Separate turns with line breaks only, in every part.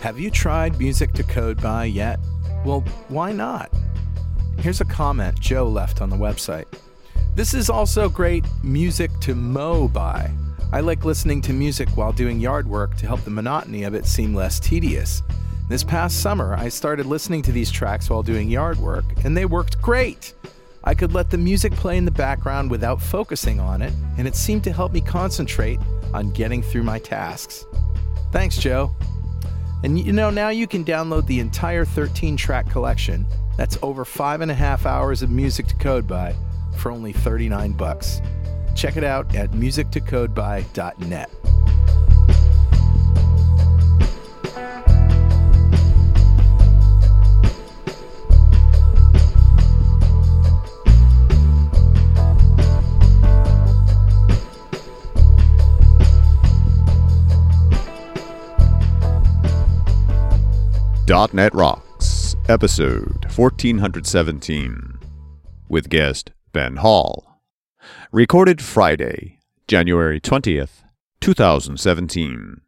Have you tried Music to Code By yet? Well, why not? Here's a comment Joe left on the website. This is also great music to mow by. I like listening to music while doing yard work to help the monotony of it seem less tedious. This past summer, I started listening to these tracks while doing yard work, and they worked great. I could let the music play in the background without focusing on it, and it seemed to help me concentrate on getting through my tasks. Thanks, Joe. And you know, now you can download the entire 13 track collection. That's over five and a half hours of music to code by for only 39 bucks. Check it out at musictocodeby.net.
.NET Rocks, episode 1417, with guest Ben Hall. Recorded Friday, January 20th, 2017.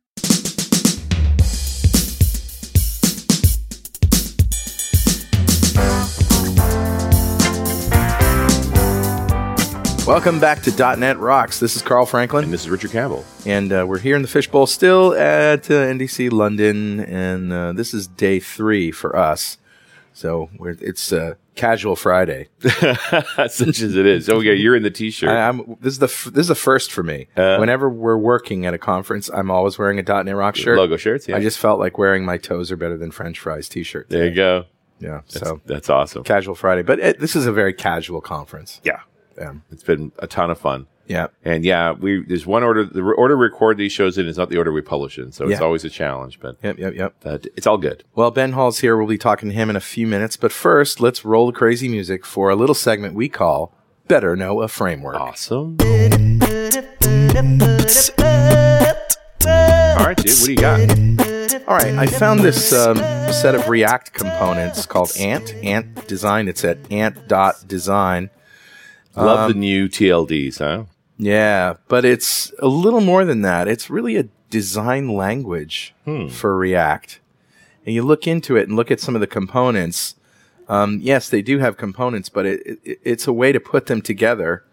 Welcome back to .NET Rocks. This is Carl Franklin,
And this is Richard Campbell.
and uh, we're here in the fishbowl still at uh, NDC London, and uh, this is day three for us. So we're, it's uh, casual Friday.
Such as it is. Okay, you're in the t-shirt.
I, I'm this is the f- this is a first for me.
Uh.
Whenever we're working at a conference, I'm always wearing a .NET Rock shirt.
Logo shirts. Yeah.
I just felt like wearing my toes are better than French fries T-shirt.
there you go.
Yeah,
That's,
so
that's awesome.
casual Friday, but it, this is a very casual conference.
Yeah,
Um,
it's been a ton of fun.
yeah,
And yeah, we there's one order. The re- order we record these shows in is not the order we publish in, so it's
Yeah.
always a challenge. But
yep, yep, yep.
but it's all good.
Well, Ben Hall's here. We'll be talking to him in a few minutes, but first, let's roll the crazy music for a little segment we call "Better Know a Framework."
Awesome. all right, dude. What do you got?
All right, I found this um, set of React components called Ant. Ant Design. It's at ant.design.
Love the new TLDs, huh?
Yeah, but it's a little more than that. It's really a design language for React. And you look into it and look at some of the components. Um, yes, they do have components, but it, it, it's a way to put them together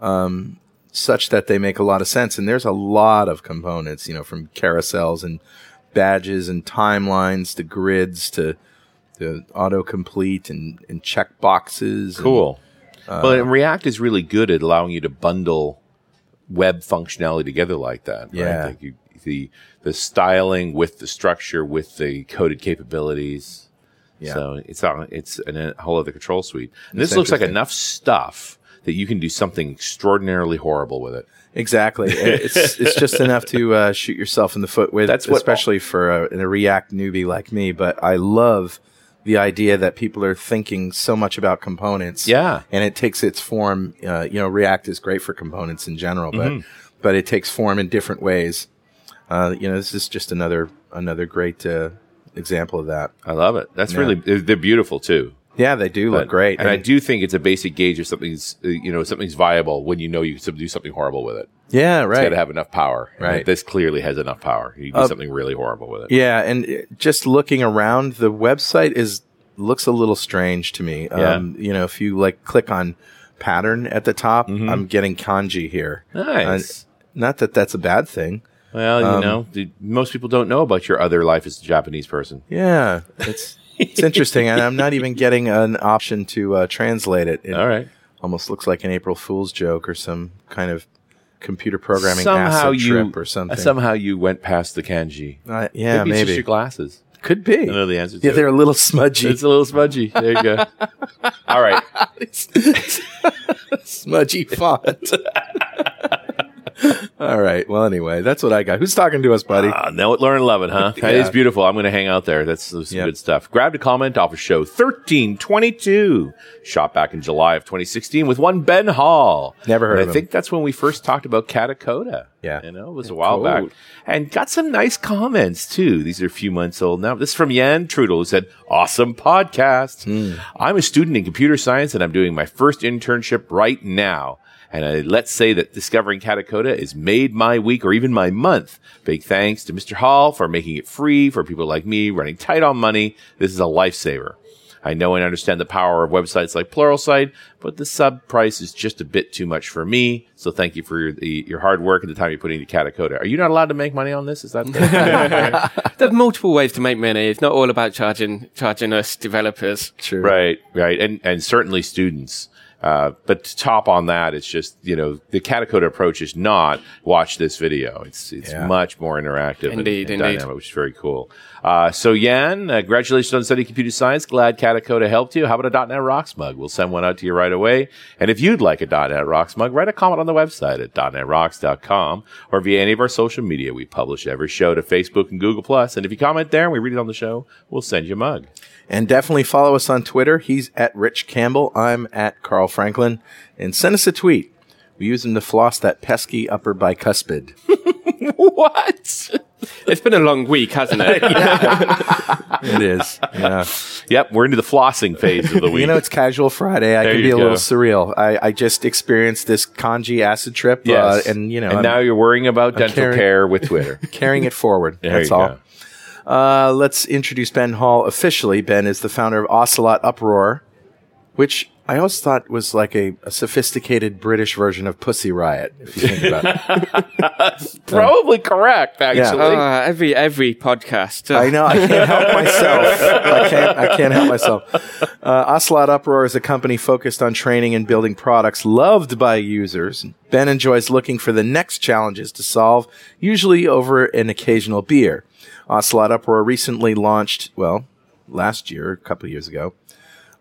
um, such that they make a lot of sense. And there's a lot of components, you know, from carousels and badges and timelines to grids to the autocomplete and, and check boxes. and-
Cool.
Uh,
well, and React is really good at allowing you to bundle web functionality together like that. right?
Yeah.
Like you, the the styling with the structure with the coded capabilities.
Yeah.
So it's on it's an, a whole other control suite. And this looks like
interesting.
enough stuff that you can do something extraordinarily horrible with it.
Exactly. It's it's just enough to uh, shoot yourself in the foot with.
That's what-
especially for a, a React newbie like me. But I love the idea that people are thinking so much about components.
Yeah.
and it takes its form. Uh, you know, React is great for components in general, but
Mm-hmm.
but it takes form in different ways. Uh, you know, this is just another another great uh, example of that.
I love it. That's really they're, they're beautiful too.
Yeah, they do look
But-
great.
and I do think it's a basic gauge if something's uh, you know something's viable when you know you can do something horrible with it.
yeah,
It's
right.
got to have enough power. And
Right.
This clearly has enough power. You do something really horrible with it.
Yeah, and uh, just looking around, the website is looks a little strange to me. Um, you know, if you like click on pattern at the top, I'm getting kanji here.
Mm-hmm. Nice.
Uh, not that that's a bad thing.
well, you
um,
know, the, most people don't know about your other life as a Japanese person.
Yeah, it's it's interesting, and I'm not even getting an option to uh, translate it. It
All right.
almost looks like an April Fool's joke or some kind of computer programming
somehow
acid
you
trip or something.
somehow you went past the kanji.
Uh, yeah,
maybe, it's
maybe
just your glasses.
could be.
I know the answer. To
Yeah, they're
it.
a little smudgy.
It's a little smudgy. There you go. All right.
smudgy font. All right. Well, anyway, that's what I got. Who's talking to us, buddy?
Uh, now at Learn 11, huh? That
Yeah.
is beautiful. I'm going to hang out there. That's, that's some
Yeah.
good stuff. Grabbed a comment off of show 1322, shot back in July of 2016 with one Ben Hall.
Never heard
And
of
I
him.
think that's when we first talked about Catacoda.
Yeah.
You know, it was a while
Cool.
back. And got some nice comments, too. These are a few months old now. This is from Yan Trudel, who said, Awesome podcast. I'm a student in computer science, and I'm doing my first internship right now. And uh, let's say that discovering Katakoda has made my week or even my month. Big thanks to Mr. Hall for making it free for people like me running tight on money. This is a lifesaver. I know and understand the power of websites like Pluralsight, but the sub price is just a bit too much for me. So thank you for your, the, your hard work and the time you put into Katakoda. Are you not allowed to make money on this? Is that
There's multiple ways to make money. It's not all about charging charging us developers.
True.
Right, right, and and certainly students. Uh, but to top on that, it's just you know the Catacoda approach is not watch this video. It's it's
Yeah.
much more interactive
Indeed,
and, and
indeed.
dynamic, which is very cool. Uh, so Yan, uh, congratulations on studying computer science. Glad Catacoda helped you. How about a .NET Rocks mug? We'll send one out to you right away. And if you'd like a .NET Rocks mug, write a comment on the website at .NETRocks.com or via any of our social media. We publish every show to Facebook and Google Plus. And if you comment there and we read it on the show, we'll send you a mug.
And definitely follow us on Twitter. He's at Rich Campbell. I'm at Carl Franklin. And send us a tweet. We use them to floss that pesky upper bicuspid.
What? it's been a long week, hasn't it?
It is. Yeah.
Yep, we're into the flossing phase of the week.
You know, uh, it's casual Friday. I
There
can
you
be a
go.
little surreal. I, I just experienced this kanji acid trip.
Yes.
Uh, and, you know,
and
I'm
now you're worrying about dental
carrying-
care with Twitter.
carrying it forward.
There
That's
you
all.
go.
Uh, let's introduce Ben Hall officially. Ben is the founder of Ocelot Uproar, which I always thought was like a, a sophisticated British version of Pussy Riot, if you think about it.
Probably correct, actually.
Ah, every every podcast.
I know. I can't help myself. I can't. I can't help myself. Uh, Ocelot Uproar is a company focused on training and building products loved by users. Ben enjoys looking for the next challenges to solve, usually over an occasional beer. Ocelot Uproar recently launched. Well, last year, a couple of years ago.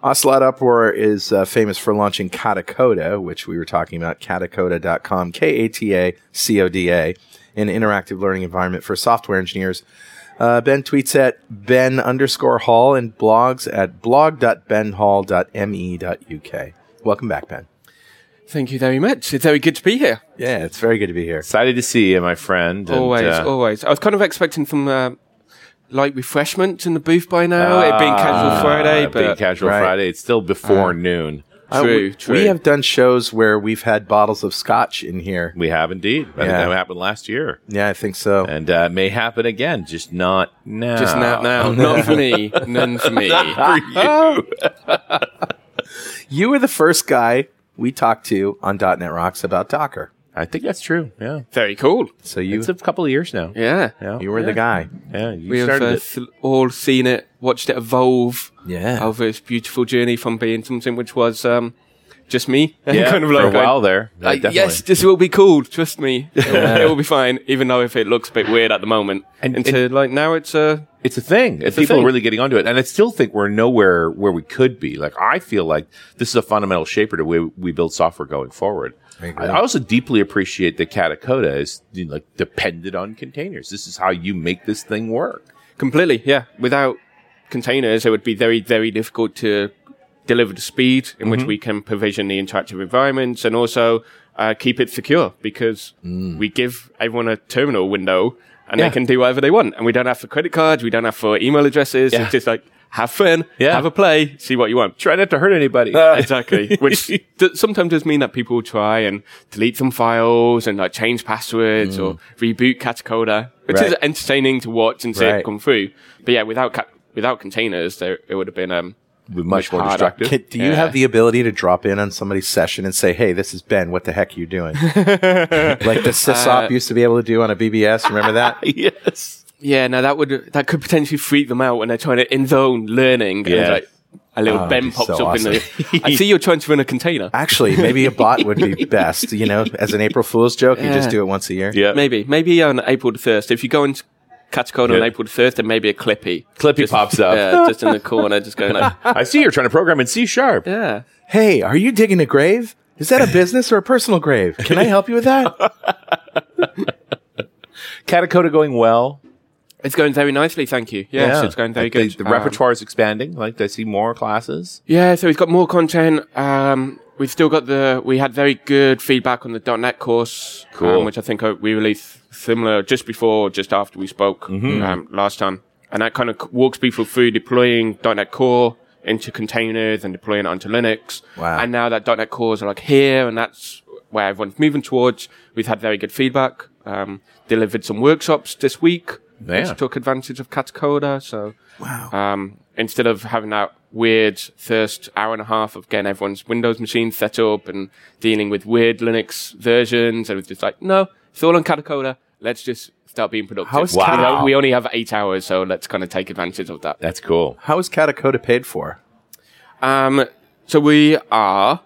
Ocelot Uproar is uh, famous for launching Katakoda, which we were talking about, katakoda.com, K A T A C O D A, an interactive learning environment for software engineers. Uh, ben tweets at ben underscore hall and blogs at blog.benhall.me.uk. Welcome back, Ben.
Thank you very much. It's very good to be here.
Yeah, it's very good to be here.
Excited to see you, my friend. and,
always,
uh,
always. I was kind of expecting some uh, light refreshments in the booth by now. it
Ah,
being Casual Friday,
uh, being
but
casual
Right.
Friday. It's still before noon.
Uh,
true,
we,
true.
We have done shows where we've had bottles of scotch in here.
We have indeed. I think
Yeah.
that happened last year,
Yeah, I think so.
and uh, may happen again. Just not now.
just not now. Not for me. None for me.
For you.
You were the first guy we talked to on .NET Rocks about Docker.
I think that's true. Yeah,
Very cool.
So you,
it's a couple of years now.
Yeah.
Yeah.
you were
Yeah.
the guy.
Yeah, you
We have
started
uh,
it.
th- all seen it, watched it evolve
Yeah.
over its beautiful journey from being something which was um, just me.
Yeah,
kind of
for
like
a while there. Yeah,
Like,
definitely.
yes, this will be cool. Trust me, it, will, it will be fine. Even though if it looks a bit weird at the moment,
And-
and, to, like now it's uh,
It's a thing.
a
people
thing.
are really getting onto it. And I still think we're nowhere where we could be. Like, I feel like this is a fundamental shaper to the way we build software going forward. I,
agree.
I also deeply appreciate that Katakoda is you know, like dependent on containers. This is how you make this thing work.
completely yeah. Without containers, it would be very very difficult to deliver the speed in
Mm-hmm.
which we can provision the interactive environments and also uh, keep it secure because we give everyone a terminal window and
Mm. Yeah.
they can do whatever they want and we don't have for credit cards, we don't have for email addresses.
Yeah.
It's just like have fun,
Yeah.
have a play, see what you want.
Try not to hurt anybody.
Uh, exactly. Which d- sometimes does mean that people will try and delete some files and like change passwords or reboot Catacoda, which is
Right.
entertaining to watch and see
Right.
it come through. But yeah, without ca- without containers, there it would have been um
Be much more
harder.
destructive.
Can- do you
Yeah.
have the ability to drop in on somebody's session and say, "Hey, this is Ben. What the heck are you doing?" like
Uh,
the sysop used to be able to do on a BBS. Remember that?
yes.
yeah. No, that would that could potentially freak them out when they're trying to in zone learning. Yeah.
Yeah.
And, like, a little
Oh,
Ben
that'd be
pops
so
up in the. I see you're trying to run a container.
Actually, maybe a bot would be best. You know, as an April Fool's joke, you just do it once a year.
Yeah.
Maybe maybe uh, on April the first. If you go into Catacoda on
Yeah.
April the first, then maybe a Clippy.
Clippy pops up.
Yeah, just in the corner, just going like,
I see you're trying to program in C sharp.
yeah.
Hey, are you digging a grave? Is that a business or a personal grave? Can I help you with that?
Katakoda going well.
It's going very nicely, thank you. Yes, it's going very
I
good.
think The
Um,
repertoire is expanding. Like, I see more classes.
Yeah, so we've got more content. Um, we've still got the. We had very good feedback on the .NET course,
Cool.
um, which I think uh, we released similar just before, or just after we spoke
Mm-hmm.
um, last time, and that kind of c- walks people through deploying .NET Core into containers and deploying it onto Linux.
Wow.
And now that .NET Cores are like here, and that's where everyone's moving towards. We've had very good feedback. Um, delivered some workshops this week,
Yeah.
which took advantage of Catacoda. So
Wow.
um, instead of having that weird first hour and a half of getting everyone's Windows machine set up and dealing with weird Linux versions, and it was just like, no, it's all on Catacoda. Let's just start being productive.
How is
We
Wow.
don't- We only have eight hours, so let's kind of take advantage of that.
That's cool.
How is Catacoda paid for?
Um, so we are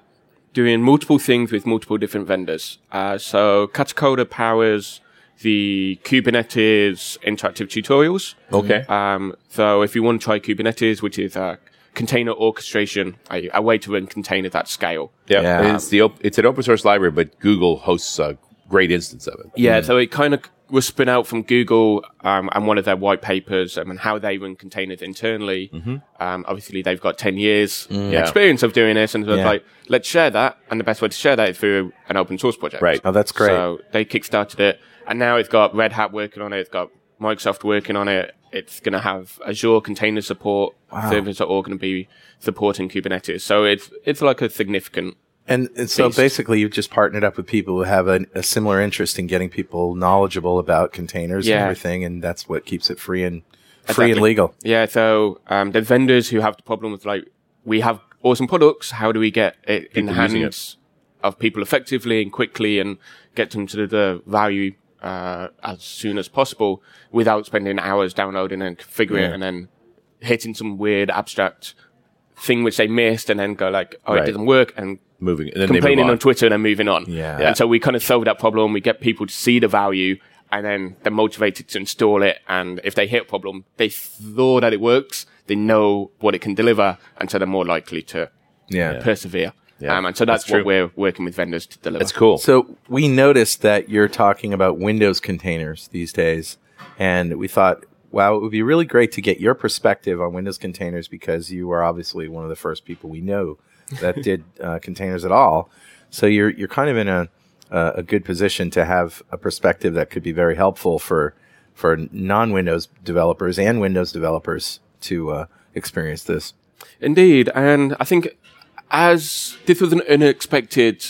doing multiple things with multiple different vendors. Uh, so Catacoda powers the Kubernetes interactive tutorials.
Okay.
Um, so if you want to try Kubernetes, which is uh, container orchestration, a, a way to run containers at scale.
yeah.
yeah.
It's the op- it's an open source library, but Google hosts a great instance of it.
Yeah,
Hmm.
so it kind of was spun out from Google um, and one of their white papers um, and how they run containers internally.
Mm-hmm.
Um, obviously, they've got 10 years experience of doing this, and so it's
Mm, Yeah.
like, let's share that. And the best way to share that is through an open source project.
Right.
Oh, that's great.
So they kickstarted it, and now it's got Red Hat working on it. It's got Microsoft working on it. It's going to have Azure container support. Servers are all going to be supporting Kubernetes. So it's it's like a significant.
and, and so
Based.
basically, you've just partnered up with people who have a, a similar interest in getting people knowledgeable about containers and
Yeah.
everything, and that's what keeps it free and free and
Exactly.
legal.
Yeah. So um, the vendors who have the problem with like we have awesome products. How do we get it in the
People using
hands of people effectively and quickly and get them to the value uh, as soon as possible without spending hours downloading and configuring it and then hitting some weird abstract thing which they missed and then go like, oh,
Right.
it didn't work and
Moving and then they
complaining
move
on.
on.
Twitter and then moving on.
Yeah.
Yeah.
And so we kind of solve that problem. We get people to see the value and then they're motivated to install it. And if they hit a problem, they saw that it works. They know what it can deliver. And so they're more likely to
Yeah.
persevere.
Yeah.
Um, and so that's,
That's true.
what we're working with vendors to deliver.
That's cool.
So we noticed that you're talking about Windows containers these days, and we thought, wow, it would be really great to get your perspective on Windows containers because you were obviously one of the first people we know that did uh, containers at all. So you're you're kind of in a uh, a good position to have a perspective that could be very helpful for for non-Windows developers and Windows developers to uh, experience this.
Indeed, and I think as this was an unexpected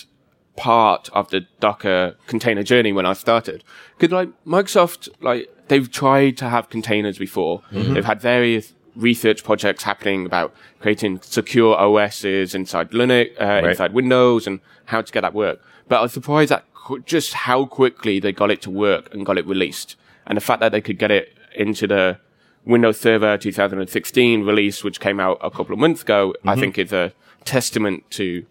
part of the Docker container journey when I started, because like Microsoft, like they've tried to have containers before. They've had various research projects happening about creating secure OSs inside Linux, uh, inside Windows, and how to get that work. But I was surprised at qu- just how quickly they got it to work and got it released, and the fact that they could get it into the Windows Server 2016 release, which came out a couple of months ago, I think is a testament to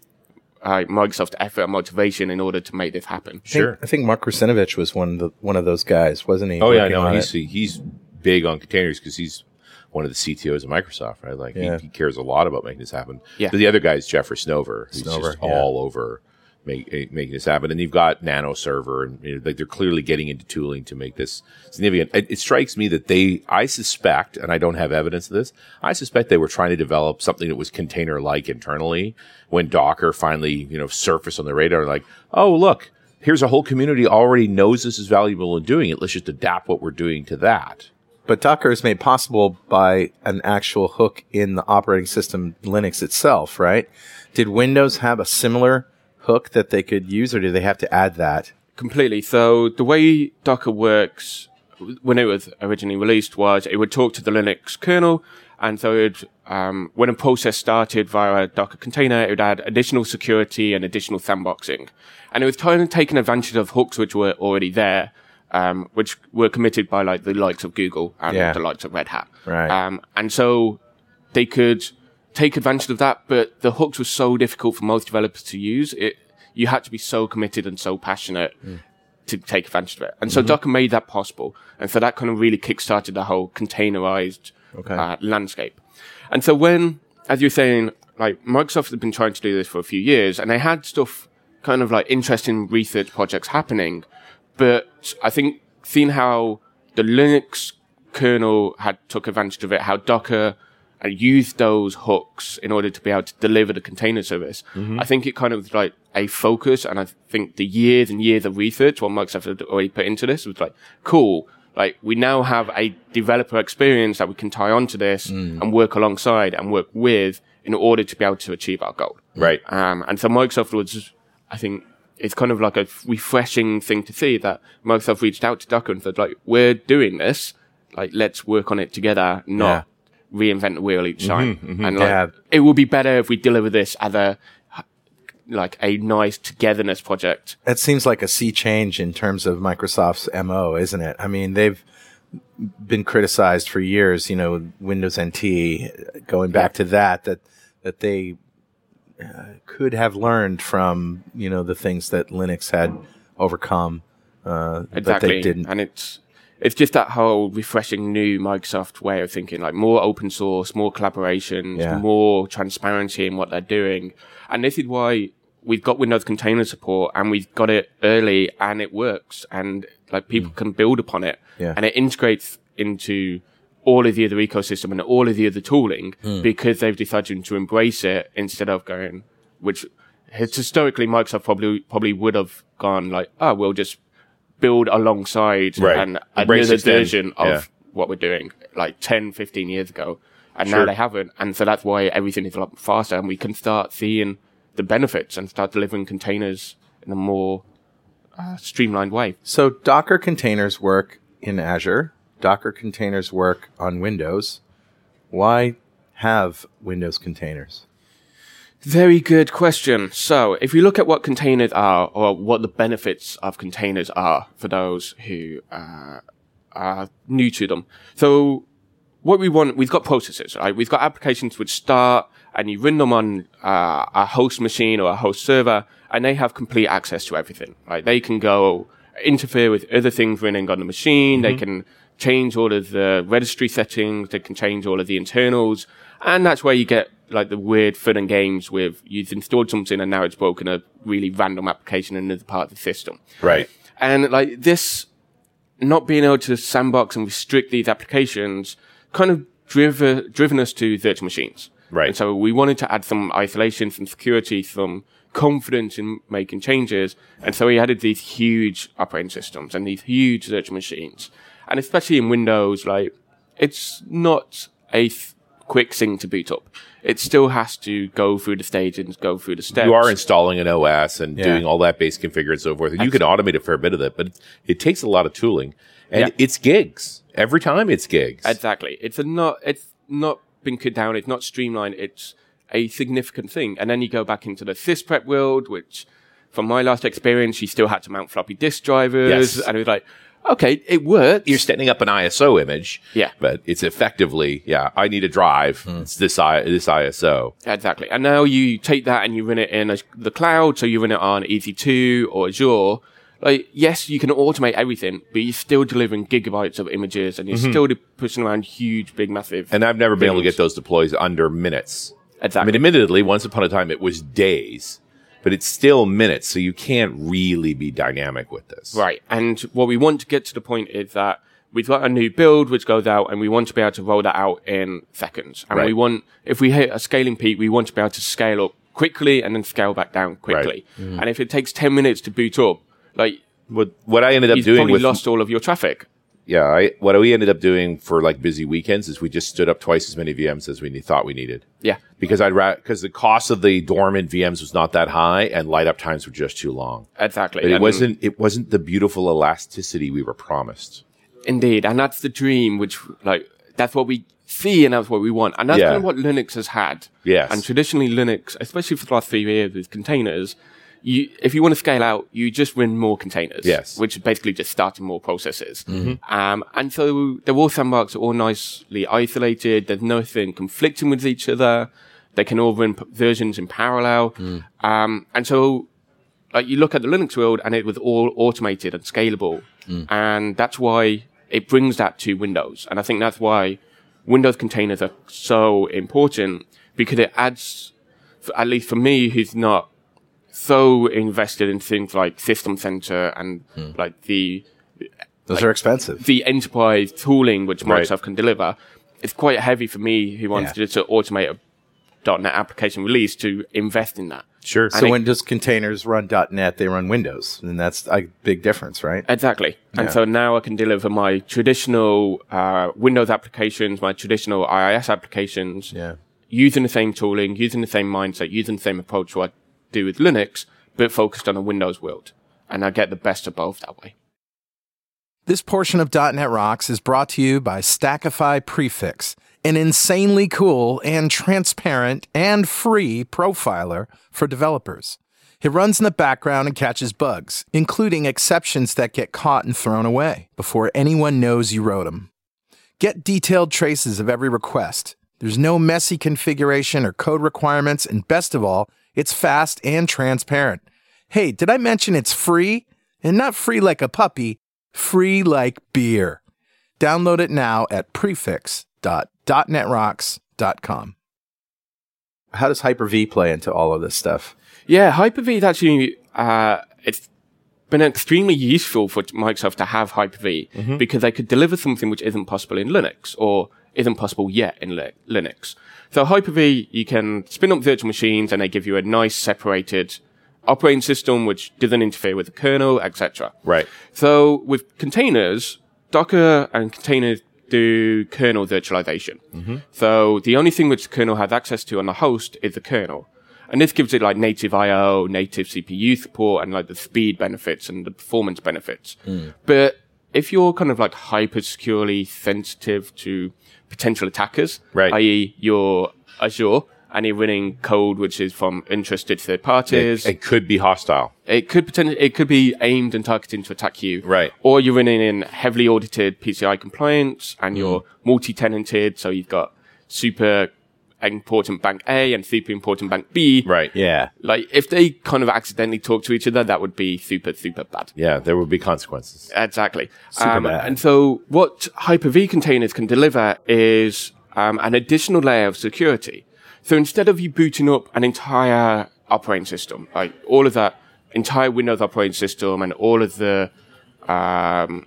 uh, Microsoft's effort and motivation in order to make this happen.
I think- I think Mark Rusinovich was one of the one of those guys, wasn't he?
Oh yeah,
working
no,
on
he's
it?
he's big on containers because he's one of the CTOs of Microsoft, right? Like
Yeah.
he, he cares a lot about making this happen.
Yeah.
But the other guy is Jeffrey Snover, who's
Snover,
just
yeah.
all over make, eh, making this happen. And you've got Nano Server, and you know, like they're clearly getting into tooling to make this significant. It, it strikes me that they, I suspect, and I don't have evidence of this, I suspect they were trying to develop something that was container like internally. When Docker finally, you know, surfaced on the radar, like, oh look. Here's a whole community already knows this is valuable and doing it. Let's just adapt what we're doing to that.
But Docker is made possible by an actual hook in the operating system Linux itself, right? Did Windows have a similar hook that they could use, or did they have to add that?
Completely. So the way Docker works w- when it was originally released was it would talk to the Linux kernel. And so it, would, um, when a process started via a Docker container, it would add additional security and additional sandboxing. And it was kind of taking advantage of hooks which were already there, um, which were committed by like the likes of Google and
Yeah.
the likes of Red Hat.
Right.
Um, and so they could take advantage of that, but the hooks were so difficult for most developers to use. It you had to be so committed and so passionate to take advantage of it. And so Docker made that possible, and so that kind of really kickstarted the whole containerized uh, landscape. And so when, as you were saying, like Microsoft had been trying to do this for a few years, and they had stuff kind of like interesting research projects happening, but I think seeing how the Linux kernel had took advantage of it, how Docker uh, used those hooks in order to be able to deliver the container service. I think it kind of was like a focus, and I think the years and years of research what Microsoft had already put into this was like cool. Like we now have a developer experience that we can tie onto this and work alongside and work with in order to be able to achieve our goal.
Right.
Um, and so Microsoft was, I think, it's kind of like a refreshing thing to see that most have reached out to Docker and said, like, we're doing this. Like, let's work on it together, not reinvent the wheel each time. And like,
Yeah.
it will be better if we deliver this as a, like a nice togetherness project.
That seems like a sea change in terms of Microsoft's MO, isn't it? I mean, they've been criticized for years, you know, Windows NT, going back to that, that, that they uh, could have learned from, you know, the things that Linux had overcome, uh, but
Exactly.
they didn't.
And it's it's just that whole refreshing new Microsoft way of thinking, like more open source, more collaborations,
Yeah.
more transparency in what they're doing. And this is why we've got Windows container support and we've got it early and it works and like people can build upon it
Hmm. Yeah.
and it integrates into all of the other ecosystem and all of the other tooling
Hmm.
because they've decided to embrace it instead of going, which his- historically Microsoft probably probably would have gone like, oh, we'll just build alongside
Right.
and
Embrace
another
it then.
version of
Yeah.
what we're doing like 10, 15 years ago. And now
Sure.
they haven't. And so that's why everything is a lot faster and we can start seeing the benefits and start delivering containers in a more uh, streamlined way.
So Docker containers work in Azure. Docker containers work on Windows. Why have Windows containers?
Very good question. So, if we look at what containers are, or what the benefits of containers are for those who uh, are new to them. So, what we want, we've got processes, right? We've got applications which start and you run them on uh, a host machine or a host server, and they have complete access to everything, right? They can go interfere with other things running on the machine. They can change all of the registry settings. They can change all of the internals. And that's where you get like the weird fun and games with you've installed something and now it's broken a really random application in another part of the system.
Right.
And like this, not being able to sandbox and restrict these applications kind of driven, driven us to virtual machines.
Right.
And so we wanted to add some isolation, some security, some confidence in making changes. And so we added these huge operating systems and these huge virtual machines. And especially in Windows, like it's not a th- quick thing to boot up. It still has to go through the stages, go through the steps.
You are installing an OS and
Yeah.
doing all that base configure and so forth. And you can automate a fair bit of that, but it takes a lot of tooling and
Yeah.
it's gigs. Every time it's gigs.
Exactly. It's a not. It's not been cut down. It's not streamlined. It's a significant thing. And then you go back into the sysprep world, which, from my last experience, you still had to mount floppy disk drivers,
Yes.
and it was like, okay, it works.
you're setting up an ISO image.
Yeah. Hmm.
But it's effectively, yeah, I need a drive. It's this I, this ISO.
Exactly. And now you take that and you run it in a, the cloud. So you run it on EC2 or Azure. Like, yes, you can automate everything, but you're still delivering gigabytes of images and you're still de- pushing around huge, big, massive.
Mm-hmm. And I've never been able to
things.
get those deploys under minutes. I
Exactly.
mean, admittedly, once upon a time it was days, but it's still minutes. So you can't really be dynamic with this.
Right. And what we want to get to the point is that we've got a new build which goes out and we want to be able to roll that out in seconds. And we
Right.
want, if we hit a scaling peak, we want to be able to scale up quickly and then scale back down quickly.
Mm-hmm.
And if it takes 10 minutes to boot up, like,
What, what I ended up
you've
doing
probably
with
lost all of your traffic.
yeah, I, what we ended up doing for like busy weekends is we just stood up twice as many VMs as we ne- thought we needed.
Yeah.
Because I'd ra- because the cost of the dormant VMs was not that high, and light up times were just too long.
Exactly.
But it
And-
wasn't it wasn't the beautiful elasticity we were promised.
Indeed, and that's the dream, which like that's what we see, and that's what we want, and that's
Yeah.
kind of what Linux has had.
Yes.
and traditionally Linux, especially for the last three years with containers, you if you want to scale out, you just run more containers.
Yes.
which is basically just starting more processes. Um, and so they're all sandboxed, all nicely isolated. There's nothing conflicting with each other. They can all run p- versions in parallel. Um, and so like you look at the Linux world and it was all automated and scalable. And that's why it brings that to Windows. And I think that's why Windows containers are so important because it adds, f- at least for me, who's not so invested in things like System Center and like the,
Those are expensive.
the enterprise tooling which
Right.
Microsoft can deliver. It's quite heavy for me who wants
Yeah.
to, to automate a .NET application release to invest in that.
Sure.
So
So
when Windows containers run .NET, they run Windows, and that's a big difference, right?
Exactly. And so now I can deliver my traditional uh, Windows applications, my traditional IIS applications,
Yeah.
using the same tooling, using the same mindset, using the same approach what I do with Linux, but focused on a Windows world. And I get the best of both that way.
This portion of .NET Rocks is brought to you by Stackify Prefix, an insanely cool and transparent and free profiler for developers. It runs in the background and catches bugs, including exceptions that get caught and thrown away before anyone knows you wrote them. Get detailed traces of every request. There's no messy configuration or code requirements, and best of all, it's fast and transparent. Hey, did I mention it's free? And not free like a puppy, free like beer. Download it now at prefix.dotnetrocks.com. How does Hyper V play into all of this stuff?
Yeah, Hyper-V is actually, uh, it's been extremely useful for Microsoft to have Hyper-V because they could deliver something which isn't possible in Linux or isn't possible yet in li- Linux. So Hyper-V, you can spin up virtual machines and they give you a nice separated operating system which doesn't interfere with the kernel, etc.
Right.
So with containers, Docker and containers do kernel virtualization. So the only thing which the kernel has access to on the host is the kernel. And this gives it like native IO, native CPU support, and like the speed benefits and the performance benefits. But if you're kind of like hyper securely sensitive to potential attackers,
Right.
i.e., you're Azure and you're running code which is from interested third parties,
It, it could be hostile.
it could potentially it could be aimed and targeted to attack you,
Right.
Or you're running in heavily audited PCI compliance,
Hmm.
and you're multi-tenanted, so you've got super important bank A and super important bank B,
Right.
Yeah.
Like if they kind of accidentally talk to each other, that would be super super bad.
Yeah, there would be consequences.
Exactly. Um, and so what Hyper-V containers can deliver is um, an additional layer of security. So instead of you booting up an entire operating system, like all of that entire Windows operating system and all of the um,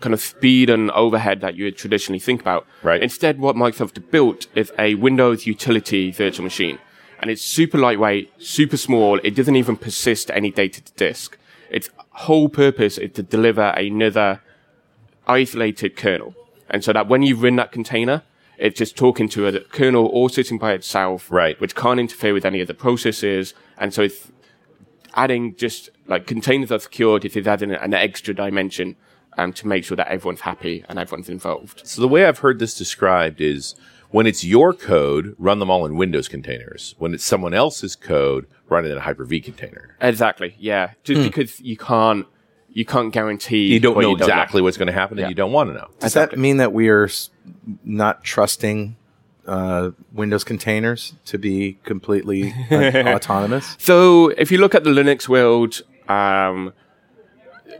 kind of speed and overhead that you would traditionally think about.
Right.
Instead, what Microsoft have built is a Windows utility virtual machine. And it's super lightweight, super small. It doesn't even persist any data to disk. Its whole purpose is to deliver another isolated kernel. And so that when you run that container, it's just talking to a kernel all sitting by itself,
Right.
which can't interfere with any of the processes. And so it's adding just like containers are secured. It is adding an extra dimension um, to make sure that everyone's happy and everyone's involved.
So the way I've heard this described is when it's your code, run them all in Windows containers. When it's someone else's code, run it in a Hyper-V container.
Exactly. Yeah. Just because you can't, you can't guarantee.
Hmm. You don't
what
know exactly what's going to happen, and you don't want to know.
Does that mean that we are s- not trusting uh, Windows containers to be completely un- autonomous?
So if you look at the Linux world, um,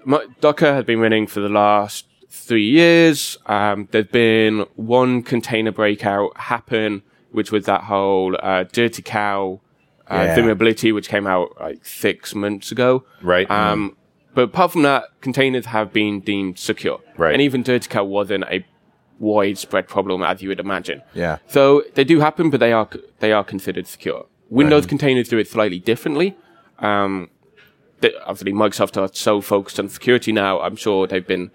mo- Docker has been running for the last three years. Um, there's been one container breakout happen, which was that whole uh, dirty cow uh,
Yeah.
vulnerability, which came out like six months ago.
Right.
Um, But apart from that, containers have been deemed secure.
Right.
And even dirty cow wasn't a widespread problem as you would imagine.
Yeah.
So they do happen, but they are they are considered secure. Windows containers do it slightly differently. Um, they, obviously, Microsoft are so focused on security now. I'm sure they've been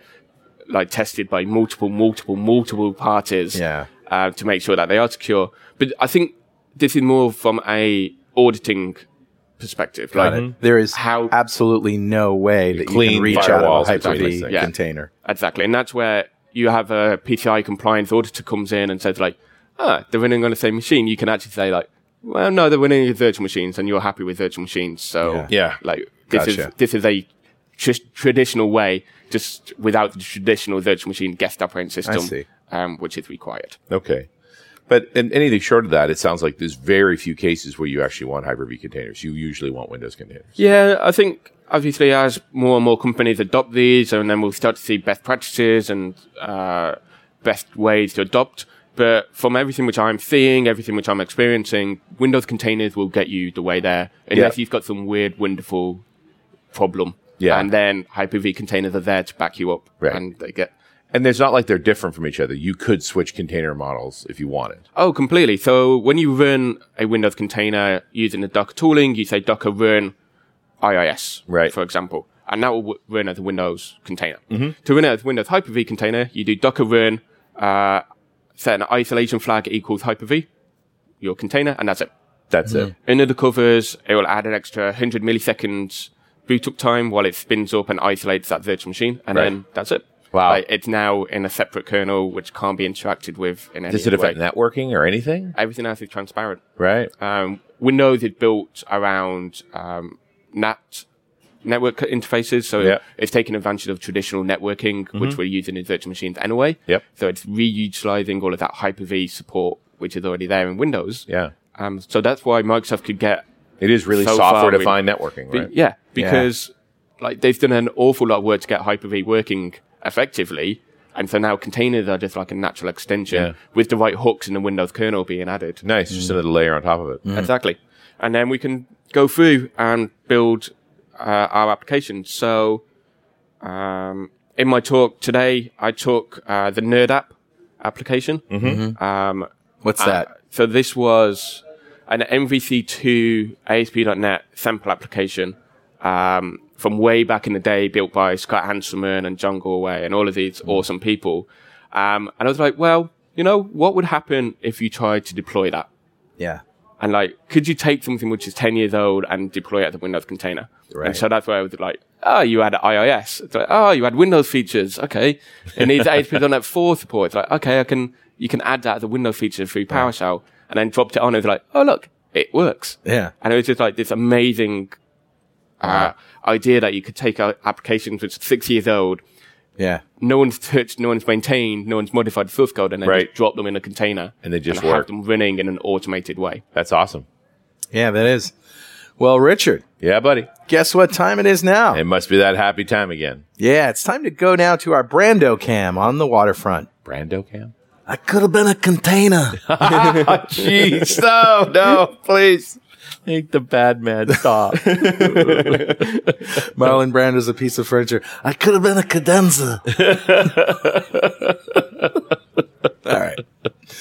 like tested by multiple, multiple, multiple parties
Yeah.
uh, to make sure that they are secure. But I think this is more from a auditing perspective.
Got
like,
it. There is
How-
absolutely no way that you
Clean
can reach out of
firewalls
a Hyper-V
between these
Yeah.
container.
Exactly. And that's where you have a PCI compliance auditor comes in and says like, ah, they're running on the same machine. You can actually say like, well, no, they're running with virtual machines and you're happy with virtual machines. So
Yeah.
Yeah.
like this
Gotcha.
is, this is a tr- traditional way, just without the traditional virtual machine guest operating system,
see.
Um, which is required.
Okay. But in anything short of that, it sounds like there's very few cases where you actually want Hyper-V containers. You usually want Windows containers.
Yeah, I think obviously as more and more companies adopt these, and then we'll start to see best practices and uh, best ways to adopt. But from everything which I'm seeing, everything which I'm experiencing, Windows containers will get you the way there, unless
Yeah.
you've got some weird, wonderful problem.
Yeah.
and then Hyper-V containers are there to back you up,
Right.
and they get
And there's not like they're different from each other. You could switch container models if you wanted.
Oh, completely. So when you run a Windows container using the Docker tooling, you say Docker run IIS,
Right.
for example, and that will w- run as a Windows container.
Mm-hmm.
To run as a Windows Hyper-V container, you do Docker run, uh, set an isolation flag equals Hyper-V, your container, and that's it.
That's it.
Under the covers, it will add an extra 100 milliseconds boot up time while it spins up and isolates that virtual machine, and
Right.
then that's it.
Wow.
Like, it's now in a separate kernel which can't be interacted with in any
Does it
way.
affect networking or anything?
Everything else is transparent.
Right.
Um, Windows is built around um, NAT network interfaces, so
Yeah. Mm-hmm.
it's taking advantage of traditional networking, which we're using in virtual machines anyway.
Yep.
So it's reutilizing all of that Hyper-V support, which is already there in Windows.
Yeah.
Um, so that's why Microsoft could get
It is really
So far
software
we-
defined networking,
Be-
right?
Yeah, because like they've done an awful lot of work to get Hyper V working effectively, and so now containers are just like a natural extension
Yeah.
with the right hooks in the Windows kernel being added.
Nice. Just another layer on top of it.
Exactly, and then we can go through and build uh, our application. So, um, in my talk today, I took uh, the Nerd App application. Um,
What's that?
uh, so this was an MVC2 ASP.NET sample application um, from way back in the day, built by Scott Hanselman and John Galway and all of these awesome people. Um, and I was like, well, you know, what would happen if you tried to deploy that?
Yeah.
And like, could you take something which is 10 years old and deploy it as a Windows container?
Right.
And so that's where I was like, oh, you had IIS. It's like, oh, you had Windows features. Okay. It needs ASP.NET 4 support. It's like, okay, I can, you can add that as a Windows feature through PowerShell and then dropped it on. It was like, oh, look, it works.
Yeah.
And it was just like this amazing, uh, idea that you could take out applications which are six years old.
Yeah.
No one's touched, no one's maintained, no one's modified the source code and then
Right.
just drop them in a container
And they just
have
work.
them running in an automated way.
That's awesome.
Yeah, that is. Well, Richard,
Yeah, buddy.
guess what time it is now?
It must be that happy time again.
Yeah, it's time to go now to our Brando cam on the waterfront.
Brando cam.
I could have been a container.
Jeez, no, no, please. Make the bad man stop.
Marlon Brando's a piece of furniture. I could have been a cadenza. All right.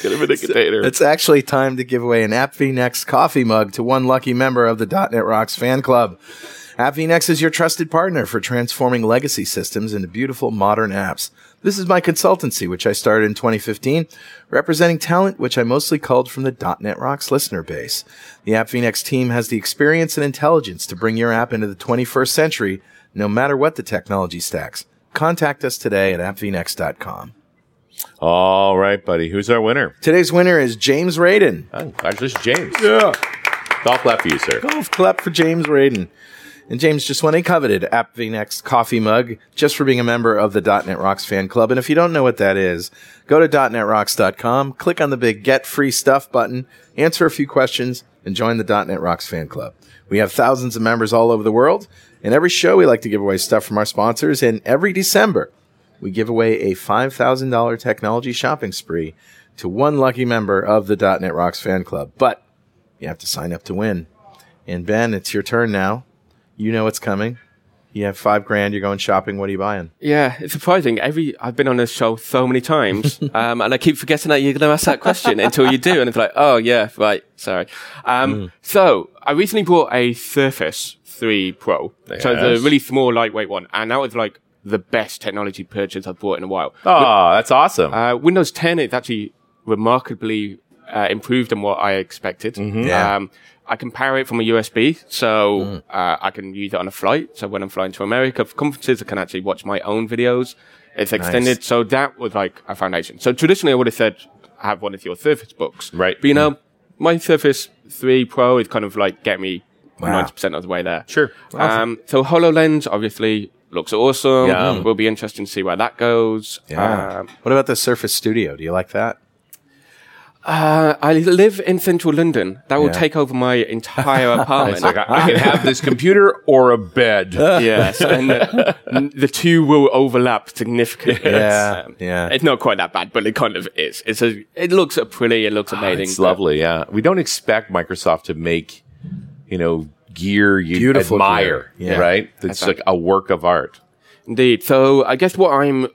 Get him in a container.
It's actually time to give away an AppVNex coffee mug to one lucky member of the .NET Rocks fan club. AppVNex is your trusted partner for transforming legacy systems into beautiful modern apps. This is my consultancy, which I started in 2015, representing talent which I mostly culled from the .NET Rocks listener base. The AppVNex team has the experience and intelligence to bring your app into the 21st century, no matter what the technology stacks. Contact us today at appvnex.com.
All right, buddy. Who's our winner?
Today's winner is James Radin.
Oh, Congratulations, James.
Yeah.
Golf clap for you, sir.
golf clap for James Raden. And James just won a coveted AppVNext coffee mug just for being a member of the .NET Rocks fan club. And if you don't know what that is, go to .NETRocks.com, click on the big Get Free Stuff button, answer a few questions, and join the .NET Rocks fan club. We have thousands of members all over the world, and every show we like to give away stuff from our sponsors. And every December, we give away a $5,000 technology shopping spree to one lucky member of the .NET Rocks fan club. But you have to sign up to win. And Ben, it's your turn now. You know what's coming. You have five grand. You're going shopping. What are you buying?
Yeah, it's surprising. Every I've been on this show so many times, um, and I keep forgetting that you're going to ask that question until you do, and it's like, oh yeah, right, sorry. Um, So I recently bought a Surface Three Pro, so
Yes.
the really small, lightweight one, and that was like the best technology purchase I've bought in a while.
Oh, that's awesome.
Uh, Windows 10 is actually remarkably uh, improved on what I expected.
Yeah.
Um, I can power it from a USB, so uh, I can use it on a flight. So when I'm flying to America for conferences, I can actually watch my own videos. It's extended, so that was like a foundation. So traditionally, I would have said I have one of your Surface books,
Right.
But you know, my Surface 3 Pro is kind of like get me
Wow.
90% of the way there.
Sure.
Um, so HoloLens obviously looks awesome.
Yeah.
Will be interesting to see where that goes.
Yeah.
Um,
what about the Surface Studio? Do you like that?
Uh, I live in central London. That will
Yeah.
take over my entire
It's like,
apartment.
I, I can have this computer or a bed.
yes, and the, n- the two will overlap significantly.
Yeah, yeah.
It's not quite that bad, but it kind of is. It's a, it looks uh, pretty. It looks amazing.
Ah, It's lovely, yeah. We don't expect Microsoft to make, you know, gear you
Beautiful
admire,
gear. Yeah.
right? It's like a work of art.
Indeed. So I guess what I'm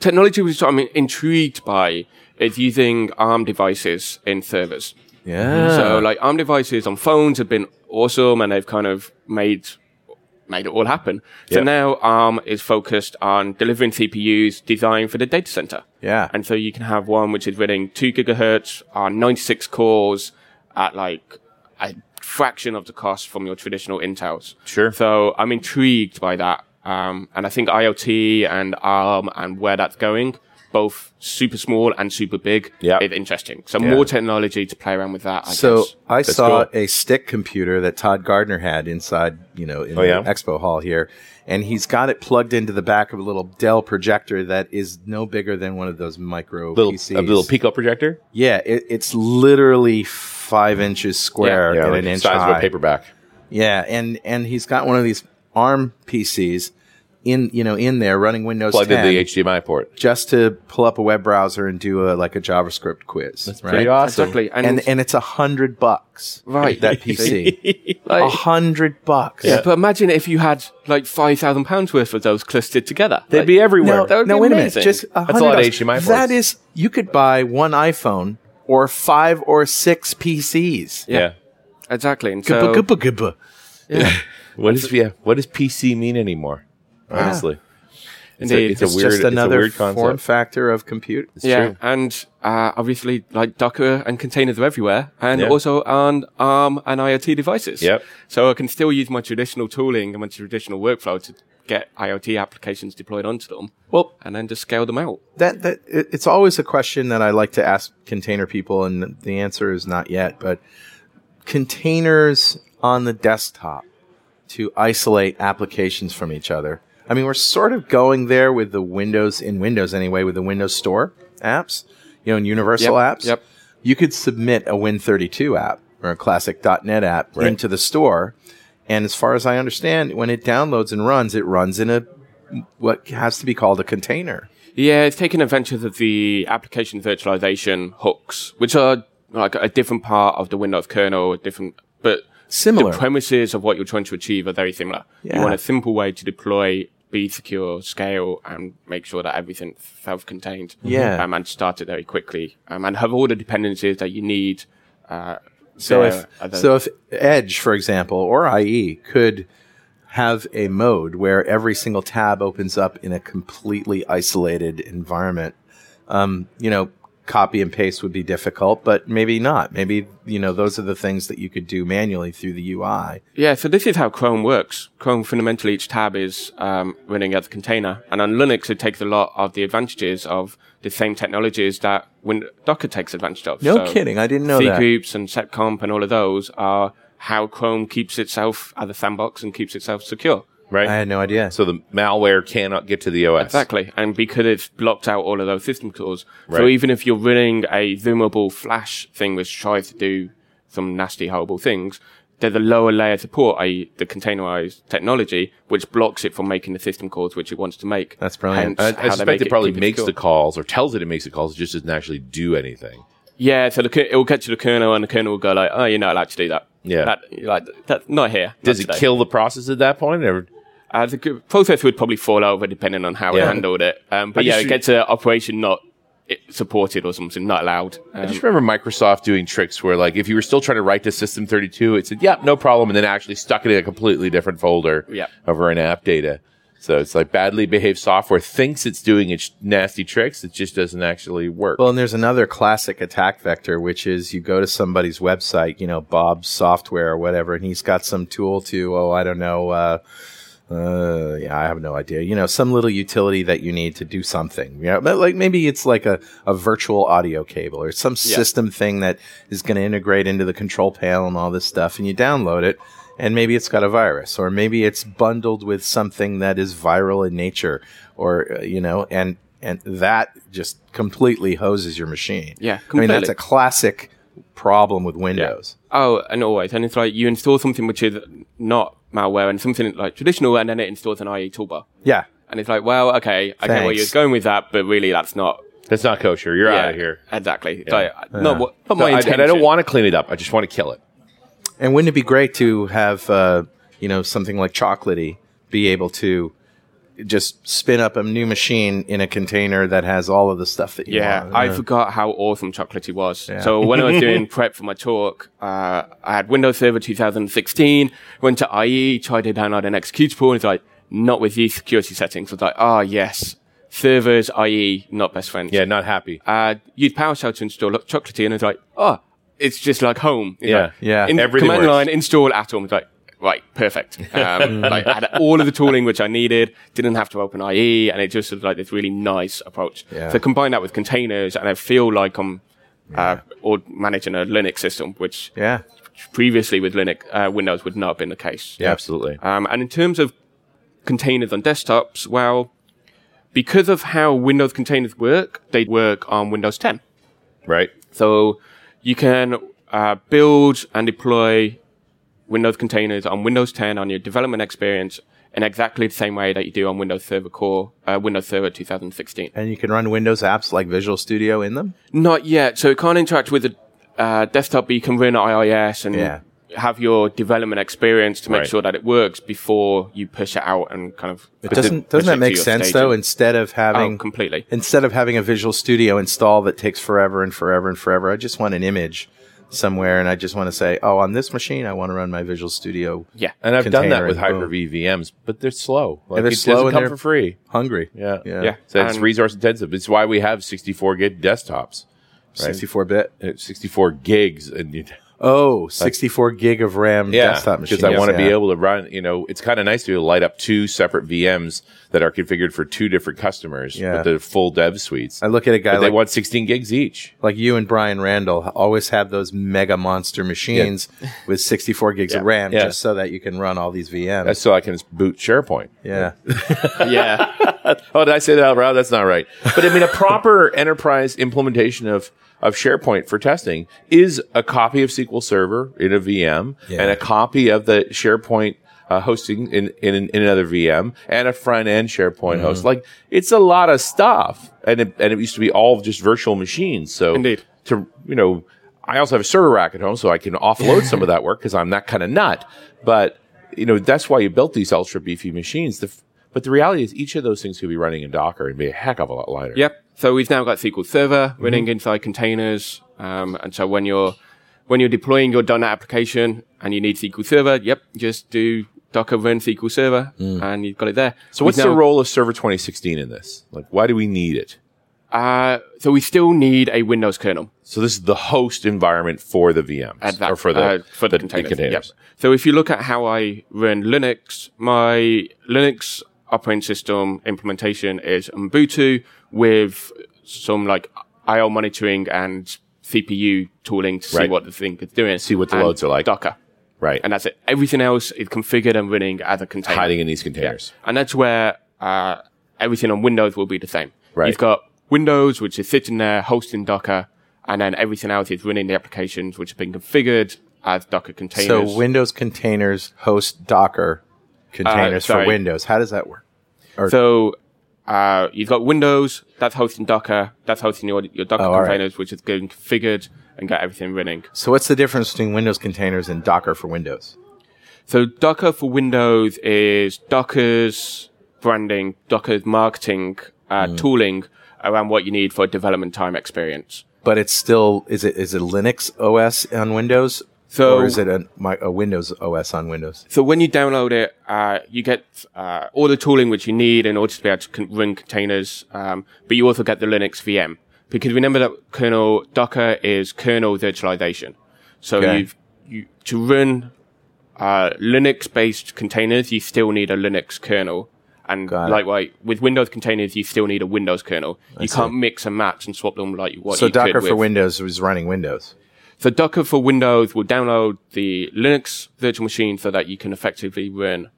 technology which I'm intrigued by is using ARM devices in servers.
Yeah.
So like ARM devices on phones have been awesome and they've kind of made made it all happen. So
Yeah.
now ARM is focused on delivering CPUs designed for the data center.
Yeah.
And so you can have one which is running two gigahertz on 96 cores at like a fraction of the cost from your traditional Intels.
Sure.
So I'm intrigued by that. Um, and I think IoT and ARM and where that's going, both super small and super big,
Yeah.
is interesting. So more technology to play around with that. I
So
guess.
I
That's
saw
cool.
a stick computer that Todd Gardner had inside, you know, in the
Oh, yeah?
expo hall here, and he's got it plugged into the back of a little Dell projector that is no bigger than one of those micro
Little,
PCs.
a little Pico projector.
Yeah, it, it's literally five inches square and
like
an inch
size
high.
of a paperback.
Yeah, and and he's got one of these ARM PCs in you know in there running Windows
Plugged
10
into the HDMI port.
just to pull up a web browser and do a like a JavaScript quiz. That's
Pretty awesome.
exactly. And,
And and it's a hundred bucks.
Right.
that PC.
like,
A hundred bucks.
yeah, but imagine if you had like five thound pounds worth of those clustered together.
They'd
Like,
be everywhere.
No,
That would
no,
be
wait a minute.
amazing.
Just a
That's a lot of
$100.
HDMI ports.
That is, you could buy one iPhone or five or six PCs.
Yeah.
exactly. And
Gubba,
so,
gubba, gubba.
What does yeah? What does PC mean anymore? Honestly, it's,
Indeed.
a, it's
It's
a weird,
just another
it's a weird
form
concept.
factor of compute.
yeah,
true.
and uh, obviously, like Docker and containers are everywhere, and
Yeah.
also on ARM and IoT devices.
Yep.
So I can still use my traditional tooling and my traditional workflow to get IoT applications deployed onto them. Well, and then just scale them out.
that that it- it's always a question that I like to ask container people, and the answer is not yet. But containers on the desktop to isolate applications from each other. I mean, we're sort of going there with the Windows in Windows anyway, with the Windows Store apps, you know, and Universal
Yep,
apps.
yep.
You could submit a Win32 app or a classic .NET app into the store, and as far as I understand, when it downloads and runs, it runs in a what has to be called a container.
Yeah, it's taken advantage of the application virtualization hooks, which are like a different part of the Windows kernel, a different, but
Similar.
the premises of what you're trying to achieve are very similar.
Yeah.
You want a simple way to deploy, be secure, scale, and make sure that everything's self-contained.
Yeah.
Um, and start it very quickly, um, and have all the dependencies that you need. Uh,
So
there
if
at the-
so if Edge, for example, or IE could have a mode where every single tab opens up in a completely isolated environment, um, you know, copy and paste would be difficult, but maybe not. Maybe you know those are the things that you could do manually through the UI.
Yeah, so this is how Chrome works. Chrome fundamentally each tab is um, running as a container, and on Linux it takes a lot of the advantages of the same technologies that Win- Docker takes advantage of.
No kidding, I didn't know
C
that.
groups and setcomp and all of those are how Chrome keeps itself at the sandbox and keeps itself secure.
right?
I had no idea.
so the malware cannot get to the OS.
Exactly, and because it's blocked out all of those system calls, so
Right.
even if you're running a zoomable Flash thing which tries to do some nasty, horrible things, there's a lower layer support, i.e., the containerized technology, which blocks it from making the system calls which it wants to make.
That's brilliant.
Hence
I
how they
suspect
make
it, probably
keep
makes
secure.
the calls or tells it it makes the calls, it just doesn't actually do anything.
yeah. So the, ker- it will get to the kernel, and the kernel will go like, "Oh, you're not allowed to do that."
Yeah.
that, like that, not here. not
Does it
today.
kill the process at that point? Or
Uh, the g- process would probably fall over depending on how
Yeah.
it handled it. Um,
I
but
just
yeah, it
re-
gets to operation not it supported or something, not allowed.
I
Um,
just remember Microsoft doing tricks where, like, if you were still trying to write to System 32, it said, "Yep, no problem," and then actually stuck it in a completely different folder
Yeah.
over an app data. So it's like badly behaved software thinks it's doing its nasty tricks, it just doesn't actually work.
Well, and there's another classic attack vector, which is you go to somebody's website, you know, Bob's software or whatever, and he's got some tool to, oh, I don't know, uh, uh, yeah, I have no idea, you know, some little utility that you need to do something. Yeah, but like maybe it's like a, a virtual audio cable or some system thing that is going to integrate into the control panel and all this stuff, and you download it. And maybe it's got a virus, or maybe it's bundled with something that is viral in nature, or uh, you know, and and that just completely hoses your machine.
Yeah,
I mean that's
completely.
a classic problem with Windows.
Oh, and always. And it's like you install something which is not malware and something like traditional, and then it installs an IE toolbar.
Yeah,
And it's like, well, okay, I get where
Thanks.
you're going with that, but really that's not.
That's not kosher. You're
yeah,
out of here.
Exactly. It's like, Not, what-
So
not my
I,
intention.
and I don't want to clean it up. I just want to kill it.
and wouldn't it be great to have uh, you know something like Chocolatey be able to just spin up a new machine in a container that has all of the stuff that you
Yeah,
want?
I forgot how awesome Chocolatey was. So when I was doing prep for my talk, uh, I had Windows Server 2016, went to IE, tried to download an executable, and it's like, not with these security settings. I was like, oh, yes, servers, IE, not best friends.
Yeah, not happy.
Uh, used PowerShell to install Chocolatey, and it's like, oh, it's just like home. It's
Yeah.
like,
Yeah.
In
Everything
command
works.
line install Atom. It's like right, perfect. Um, like I had all of the tooling which I needed. Didn't have to open IE, and it just was like this really nice approach.
Yeah.
So combine that with containers, and I feel like I'm. Uh, or managing a Linux system, which
Yeah.
previously with Linux uh, Windows would not have been the case.
Yeah.
Absolutely.
Um, and in terms of containers on desktops, well, because of how Windows containers work, they work on Windows 10.
Right.
So you can uh, build and deploy Windows containers on Windows 10 on your development experience in exactly the same way that you do on Windows Server Core, uh, Windows Server 2016.
And you can run Windows apps like Visual Studio in them.
Not yet. So it can't interact with the uh, desktop, but you can run IIS and
Yeah.
have your development experience to make
Right.
sure that it works before you push it out and kind of.
It doesn't doesn't that make sense though? Instead of having
Oh, completely.
instead of having a Visual Studio install that takes forever and forever and forever, I just want an image somewhere, and I just want to say, oh, on this machine, I want to run my Visual Studio.
Yeah.
And I've done that
Container
with
and boom.
Hyper V VMs, but they're slow. Like,
they're
it
slow
doesn't
and
come
they're-
for free.
Hungry.
Yeah.
Yeah.
Yeah.
So it's
And-
resource intensive. It's why we have 64 gig desktops,
Sixty four bit.
Uh, 64 gigs. And you-
Oh, 64 gig of RAM desktop machine.
Because I want to be able to run, you know, it's kind of nice to be able to light up two separate VMs that are configured for two different customers
Yeah.
with the full dev suites.
I look at a guy
but they
like
want 16 gigs each.
like you and Brian Randall always have those mega monster machines with 64 gigs of RAM
Yeah.
just so that you can run all these VMs.
That's so I can boot SharePoint.
yeah.
yeah.
Oh, did I say that out loud? That's not right. But I mean, a proper enterprise implementation of of SharePoint for testing is a copy of SQL Server in a VM
Yeah.
and a copy of the SharePoint uh, hosting in, in in another VM and a front end SharePoint host. Like it's a lot of stuff, and it, and it used to be all just virtual machines. So
Indeed.
to you know, I also have a server rack at home, so I can offload some of that work because I'm that kind of nut. But you know, that's why you built these ultra beefy machines. The f- but the reality is, each of those things could be running in Docker and be a heck of a lot lighter.
Yep. So we've now got SQL Server
Mm-hmm.
running inside containers, um, and so when you're when you're deploying your .NET application and you need SQL Server, yep, just do Docker run SQL Server, and you've got it there.
Mm. So, what's
We've
the
now-
role of Server 2016 in this? Like, why do we need it?
Uh, so we still need a Windows kernel.
So, this is the host environment for the VMs
at that,
or for the
uh, for the, containers. Yep. So if you look at how I run Linux, my Linux operating system implementation is Ubuntu with some like IO monitoring and CPU tooling to see
Right.
what the thing is doing,
See what the
and
loads are like.
Docker,
Right.
and that's it. Everything else is configured and running as a container,
hiding in these containers.
and that's where uh, everything on Windows will be the same.
Right.
You've got Windows, which is sitting there hosting Docker, and then everything else is running the applications which have been configured as Docker
So
containers.
Windows containers host Docker
Uh,
containers for
sorry.
Windows. How does that work?
So, uh, you've got Windows that's hosting Docker, that's hosting your, your Docker
Oh, all right.
containers, which is getting configured and got everything running.
So what's the difference between Windows containers and Docker for Windows?
So Docker for Windows is Docker's branding, Docker's marketing uh,
Mm.
tooling around what you need for a development time experience.
But it's still is it is it Linux OS on Windows?
So-
or is it a, my, a Windows OS on Windows?
So when you download it, uh, you get uh, all the tooling which you need in order to be able to con- run containers, um, but you also get the Linux VM because remember that kernel Docker is kernel virtualization. So
Okay.
you've, you to run uh, Linux-based containers, you still need a Linux kernel, and
Got it.
likewise with Windows containers, you still need a Windows kernel. you can't mix and match and swap them like what
So
you
Docker
could
for
with
Windows is running Windows.
so Docker for Windows will download the Linux virtual machine so that you can effectively run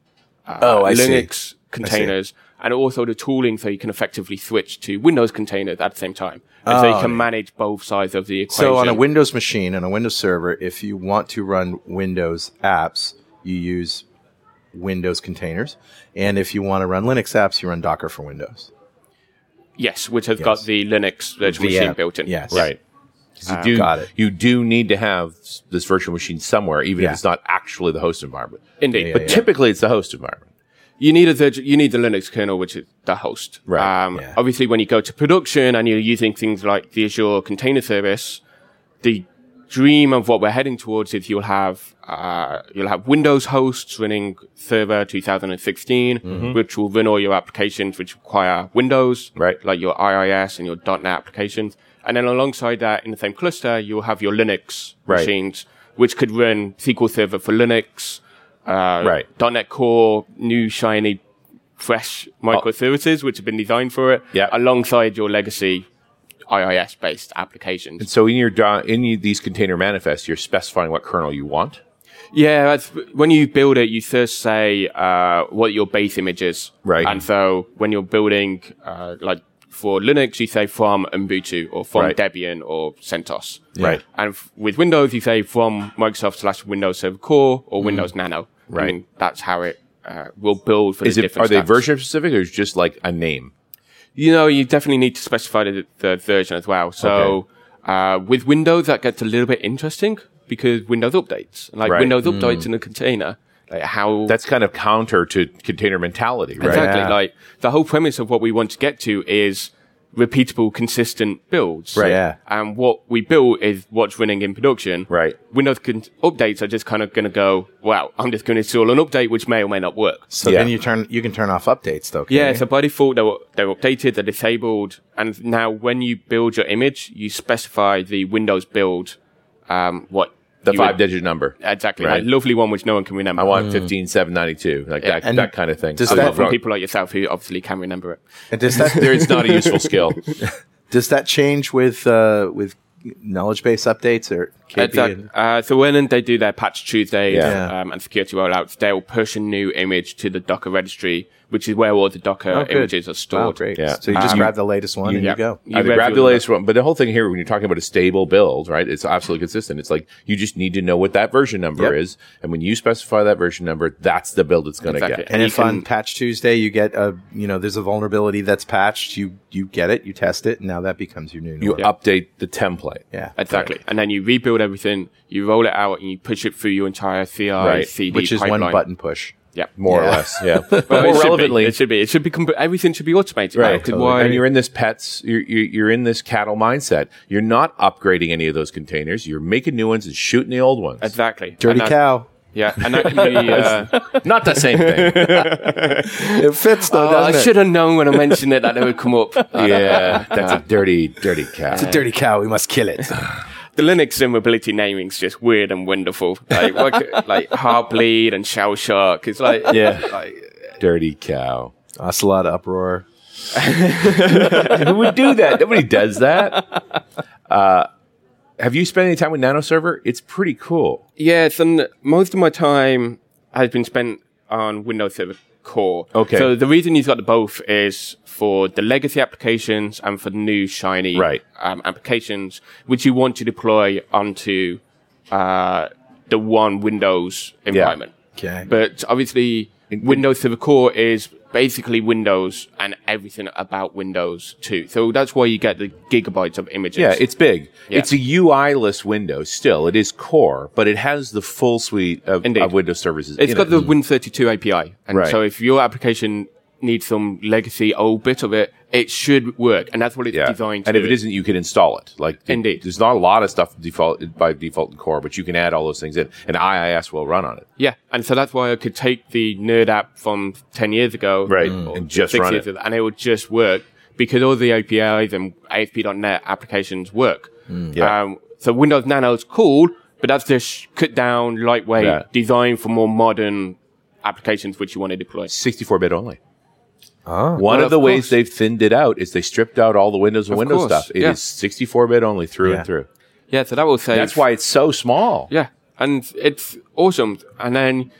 uh,
Oh, I see.
Linux containers and also the tooling so you can effectively switch to Windows containers at the same time. And so you can manage both sides of the equation.
Oh, So on a Windows machine and a Windows server, if you want to run Windows apps, you use Windows containers, and if you want to run Linux apps, you run Docker for Windows.
yes, which has got the Linux virtual machine
VM.
built in.
Yes.
Right. 'Cause
Uh,
You do,
got it.
you do need to have s- this virtual machine somewhere, even
Yeah.
if it's not actually the host environment.
Indeed.
but typically, it's the host environment.
you need a virtu- you need the Linux kernel, which is the host.
Right,
Um,
yeah.
Obviously, when you go to production and you're using things like the Azure Container Service, the dream of what we're heading towards is you'll have uh, you'll have Windows hosts running Server 2016,
Mm-hmm.
which will run all your applications which require Windows,
Right.
Like your IIS and your .NET applications, And then alongside that, in the same cluster, you'll have your Linux
Right.
machines, which could run SQL Server for Linux, uh,
Right.
.NET Core, new shiny, fresh microservices, which have been designed for it,
Oh. Yeah.
alongside your legacy IIS-based applications.
And so in your do- in these container manifests, you're specifying what kernel you want.
Yeah, that's, when you build it, you first say uh, what your base image is.
Right.
And so when you're building, uh, like for Linux, you say from Ubuntu or from
Right.
Debian or CentOS.
Right.
And f- with Windows, you say from Microsoft slash Windows Server Core or Windows Nano.
Mm. Right.
And that's how it uh, will build for
Is it
the different
are they
stacks.
version specific or is it just like a name?
You know, you definitely need to specify the, the version as well. So uh, with Windows, that gets a little bit interesting because Windows updates, like
Right. Mm.
Windows updates in a container, like how
That's kind of counter to container mentality, right?
exactly
Yeah.
like the whole premise of what we want to get to is repeatable, consistent builds.
Right. Yeah.
And what we build is what's running in production.
Right.
Windows con- updates are just kind of going to go, wow, I'm just going to install an update, which may or may not work.
So
Yeah.
then you turn you can turn off updates though. can
Yeah,
you?
so by default they're, they're updated, they're disabled, and now when you build your image, you specify the Windows build, um, what
The
you
five
would-
digit number.
exactly,
Right.
like lovely one which no one can remember.
I want fifteen seven ninety two, like that,
And
that kind of thing.
does
I
that-
apart
love
from
rock-
people like yourself who obviously can remember it.
And does that
there is not a useful skill.
does that change with uh, with knowledge base updates or KP?
Exactly. Uh, so when they do their patch Tuesdays
Yeah.
um, and security rollouts, they'll push a new image to the Docker registry, which is where all the Docker
Oh, good.
images are
Oh,
stored.
great.
Yeah.
So you just
Um,
grab the latest one and
yeah.
you go.
You
Either
rev
grab
your
the
load.
latest one, but the whole thing here, when you're talking about a stable build, right? It's absolutely consistent. It's like you just need to know what that version number
Yep.
is, and when you specify that version number, that's the build it's going to
Exactly.
get.
And
You
if on
can-
Patch Tuesday you get a you know there's a vulnerability that's patched, you you get it, you test it, and now that becomes your new
You
norm.
update the template.
yeah.
Exactly. And then you rebuild everything, you roll it out, and you push it through your entire CI,
Right.
CD
Which is
pipeline.
one button push.
Yeah.
More or
Yeah.
less, yeah. But
Well,
more
it should be.
relevantly,
it should be. It should be. Comp- everything should be automated.
right?
now, 'cause why-
And you're in this pets. You're, you're you're in this cattle mindset. You're not upgrading any of those containers. You're making new ones and shooting the old ones.
exactly
Dirty
And that-
cow.
Yeah, and that can be. Uh,
not the same thing.
It fits though,
oh, I should have known when I mentioned it that it would come up.
yeah, that's a dirty, dirty cat.
Dirty cow. We must kill it.
the Linux vulnerability naming's just weird and wonderful. Like what, could- like Harbleed and Shell Shark. It's like
yeah, dirty cow.
Ocelot uproar.
Who would do that? Nobody does that. Uh, have you spent any time with NanoServer? It's pretty cool.
Yes, and most of my time has been spent on Windows Server Core.
Okay.
So the reason you've got the both is for the legacy applications and for new shiny
Right.
um, applications, which you want to deploy onto uh, the one Windows environment.
Okay.
But obviously, Windows Server Core is basically Windows and everything about Windows too. So that's why you get the gigabytes of images.
Yeah, it's big.
Yeah.
It's a UI-less window still. It is core, but it has the full suite of,
Indeed.
of Windows services.
It's
in
got
it.
the Win32 API, and
Right.
so if your application needs some legacy old bit of it, it should work, and that's what it's
yeah.
designed to.
and if
do.
it isn't, you can install it. Like th-
Indeed.
there's not a lot of stuff default by default in core, but you can add all those things in, and IIS will run on it.
yeah, and so that's why I could take the nerd app from ten years ago,
Right,
or
and just
six
run
years
it.
ago, and it would just work because all the APIs and ASP.NET applications work.
Mm. yeah.
Um, so Windows Nano is cool, but that's just cut down, lightweight,
Yeah.
designed for more modern applications which you want to deploy.
64-bit only.
Oh.
One
Well,
of the
of
ways
course.
they've thinned it out is they stripped out all the Windows and
Of
Windows
course,
stuff. It
yeah.
is 64-bit only through
Yeah.
and through.
Yeah, so that will save.
That's why it's so small.
Yeah, and it's awesome. And then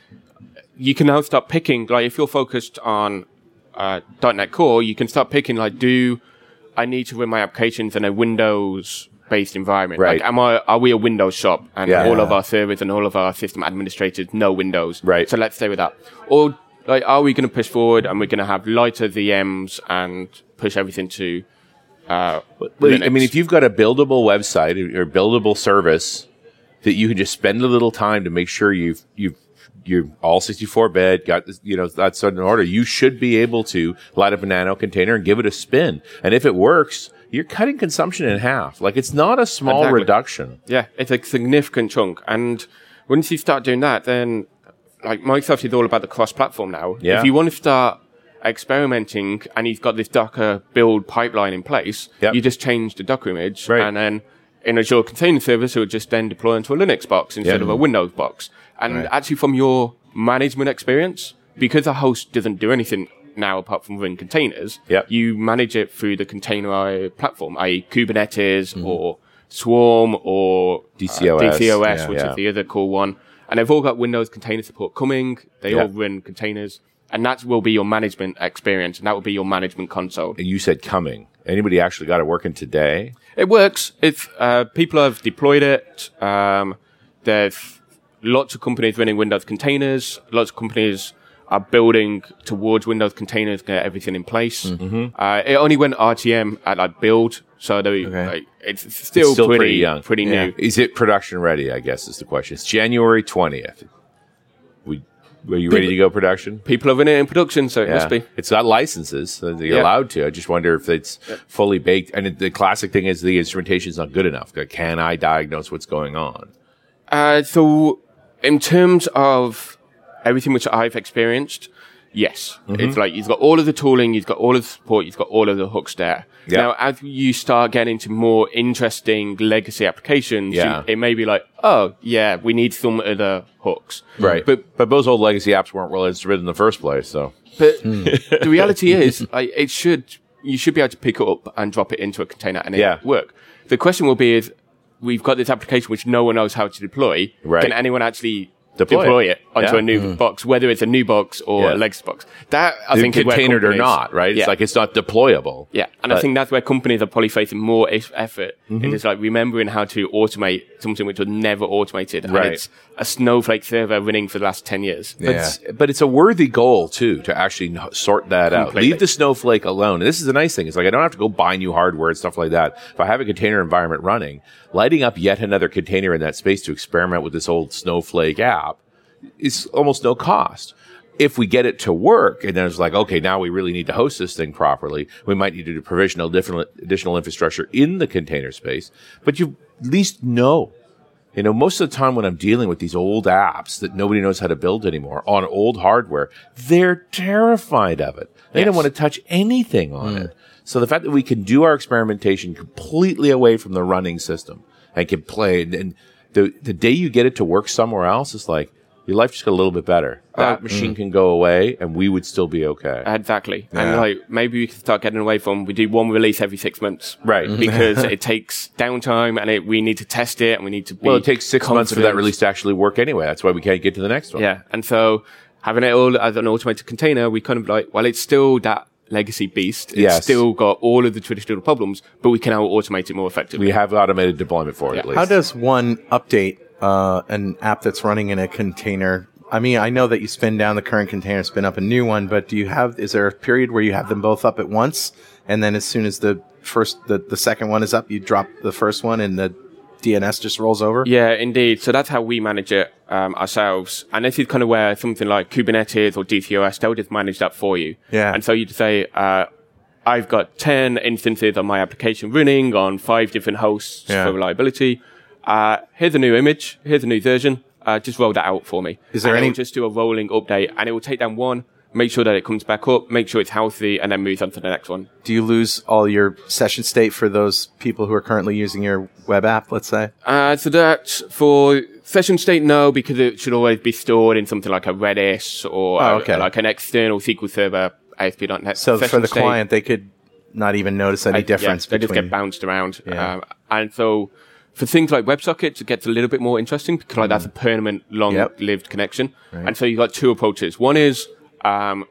you can now start picking. Like, if you're focused on uh, .NET Core, you can start picking. Like, do I need to run my applications in a Windows-based environment?
Right.
Like, am I? Are we a Windows shop? And
Yeah.
all of our servers and all of our system administrators know Windows.
Right.
So let's stay with that. Or like, are we going to push forward and we're going to have lighter VMs and push everything to? Uh,
Well, I
Linux.
mean, if you've got a buildable website or buildable service that you can just spend a little time to make sure you've you've you're all 64 bit, got this, you know that's in order. You should be able to light up a nano container and give it a spin. And if it works, you're cutting consumption in half. Like it's not a small
Exactly.
reduction.
Yeah, it's a significant chunk. And once you start doing that, then like Microsoft is all about the cross platform now.
Yeah.
If you want to start experimenting and you've got this Docker build pipeline in place,
Yep.
you just change the Docker image
Right.
and then in Azure Container Service, it would just then deploy into a Linux box instead of a Windows box. And actually from your management experience, because a host doesn't do anything now apart from run containers,
Yep.
you manage it through the container platform, i.e. Kubernetes
Mm-hmm.
or Swarm or uh,
DCOS.
DCOS,
Yeah.
which
Yeah.
is the other cool one. And they've all got Windows container support coming. They
Yeah.
all run containers. And that will be your management experience. And that will be your management console.
And you said coming. Anybody actually got it working today?
It works. It's, uh, people have deployed it. Um, there's lots of companies running Windows containers. Lots of companies are building towards Windows containers, get everything in place. Uh, it only went RTM at like build. So they, like, it's still,
still
pretty,
pretty young.
pretty
Yeah.
new.
Is it production ready? I guess is the question. It's January twentieth. We were you ready to go production?
People are running it in production, so it must be.
It's got licenses so they're
Yeah.
allowed to. I just wonder if it's fully baked. And it- the classic thing is the instrumentation is not good enough. Like, Can I diagnose what's going on?
Uh, so, in terms of everything which I've experienced, yes,
Mm-hmm.
it's like you've got all of the tooling, you've got all of the support, you've got all of the hooks there.
Yeah.
Now, as you start getting into more interesting legacy applications, you-
Yeah.
it may be like, oh yeah, we need some other hooks. But
But but those old legacy apps weren't well instrumented in the first place. So
but
Hmm.
the reality is, like, it should you should be able to pick it up and drop it into a container and it
Yeah.
work. The question will be: is we've got this application which no one knows how to deploy.
Right.
Can anyone actually
Deploy
deploy,
it.
it. onto
Yeah. Hmm.
a new box, whether it's a new box or
Yeah.
a legacy box? That I think is where
containered or
companies-
not, right?
Yeah.
It's like it's not deployable.
yeah, and
But-
I
Mm-hmm.
think that's where companies are probably facing more is- effort in just like remembering how to automate something which was never automated.
Right.
And it's a Snowflake server running for the last 10 years.
But, it's, but it's a worthy goal too to actually kn- sort that out.
Completely.
Leave the snowflake alone. And this is the nice thing. It's like I don't have to go buy new hardware and stuff like that. If I have a container environment running, lighting up yet another container in that space to experiment with this old snowflake app is almost no cost. If we get it to work, and then it's like, okay, now we really need to host this thing properly. We might need to provision a different additional infrastructure in the container space. But you at least know you know, most of the time when I'm dealing with these old apps that nobody knows how to build anymore on old hardware, they're terrified of it. They don't
Yes. Mm.
want to touch anything on it. So the fact that we can do our experimentation completely away from the running system and can play and, and the, the day you get it to work somewhere else is like your life just got a little bit better.
Uh,
That machine
mm.
can go away and we would still be okay.
Exactly. And like maybe we can start getting away from we do one release every six months.
Right.
Because it takes downtime and it, we need to test it and we need to be
well, it takes six months for that
confident.
release to actually work anyway. That's why we can't get to the next one.
Yeah. And so having it all as an automated container, we kind of like well it's still that legacy beast. It's
Yes.
still got all of the traditional problems, but we can now automate it more effectively.
We have automated deployment for it
Yeah.
at least.
How does one update uh, an app that's running in a container? I mean, I know that you spin down the current container, spin up a new one, but do you have? Is there a period where you have them both up at once, and then as soon as the first, the, the second one is up, you drop the first one, and the DNS just rolls over?
Yeah, indeed. So that's how we manage it um, ourselves. And this is kind of where something like Kubernetes or DCOS, they'll just manage that for you.
Yeah.
And so you'd say, uh, I've got 10 instances of my application running on five different hosts
Yeah.
for reliability. Uh, here's a new image. Here's a new version. Uh, just roll that out for me.
Is there
and
any-
it'll just do a rolling update and it will take down one, make sure that it comes back up, make sure it's healthy, and then moves on to the next one.
Do you lose all your session state for those people who are currently using your web app? Let's say.
Uh, so that's for session state, no, because it should always be stored in something like a Redis or
Oh,
uh,
okay.
like an external SQL Server ASP.NET.
So for
Session
the
state,
client, they could not even notice any
uh,
difference
yeah, they just get
between.
bounced around.
Yeah.
Um, and so for things like WebSockets, it gets a little bit more interesting because like, that's
Mm.
a permanent, long-lived connection. And so you've got two approaches. One is um,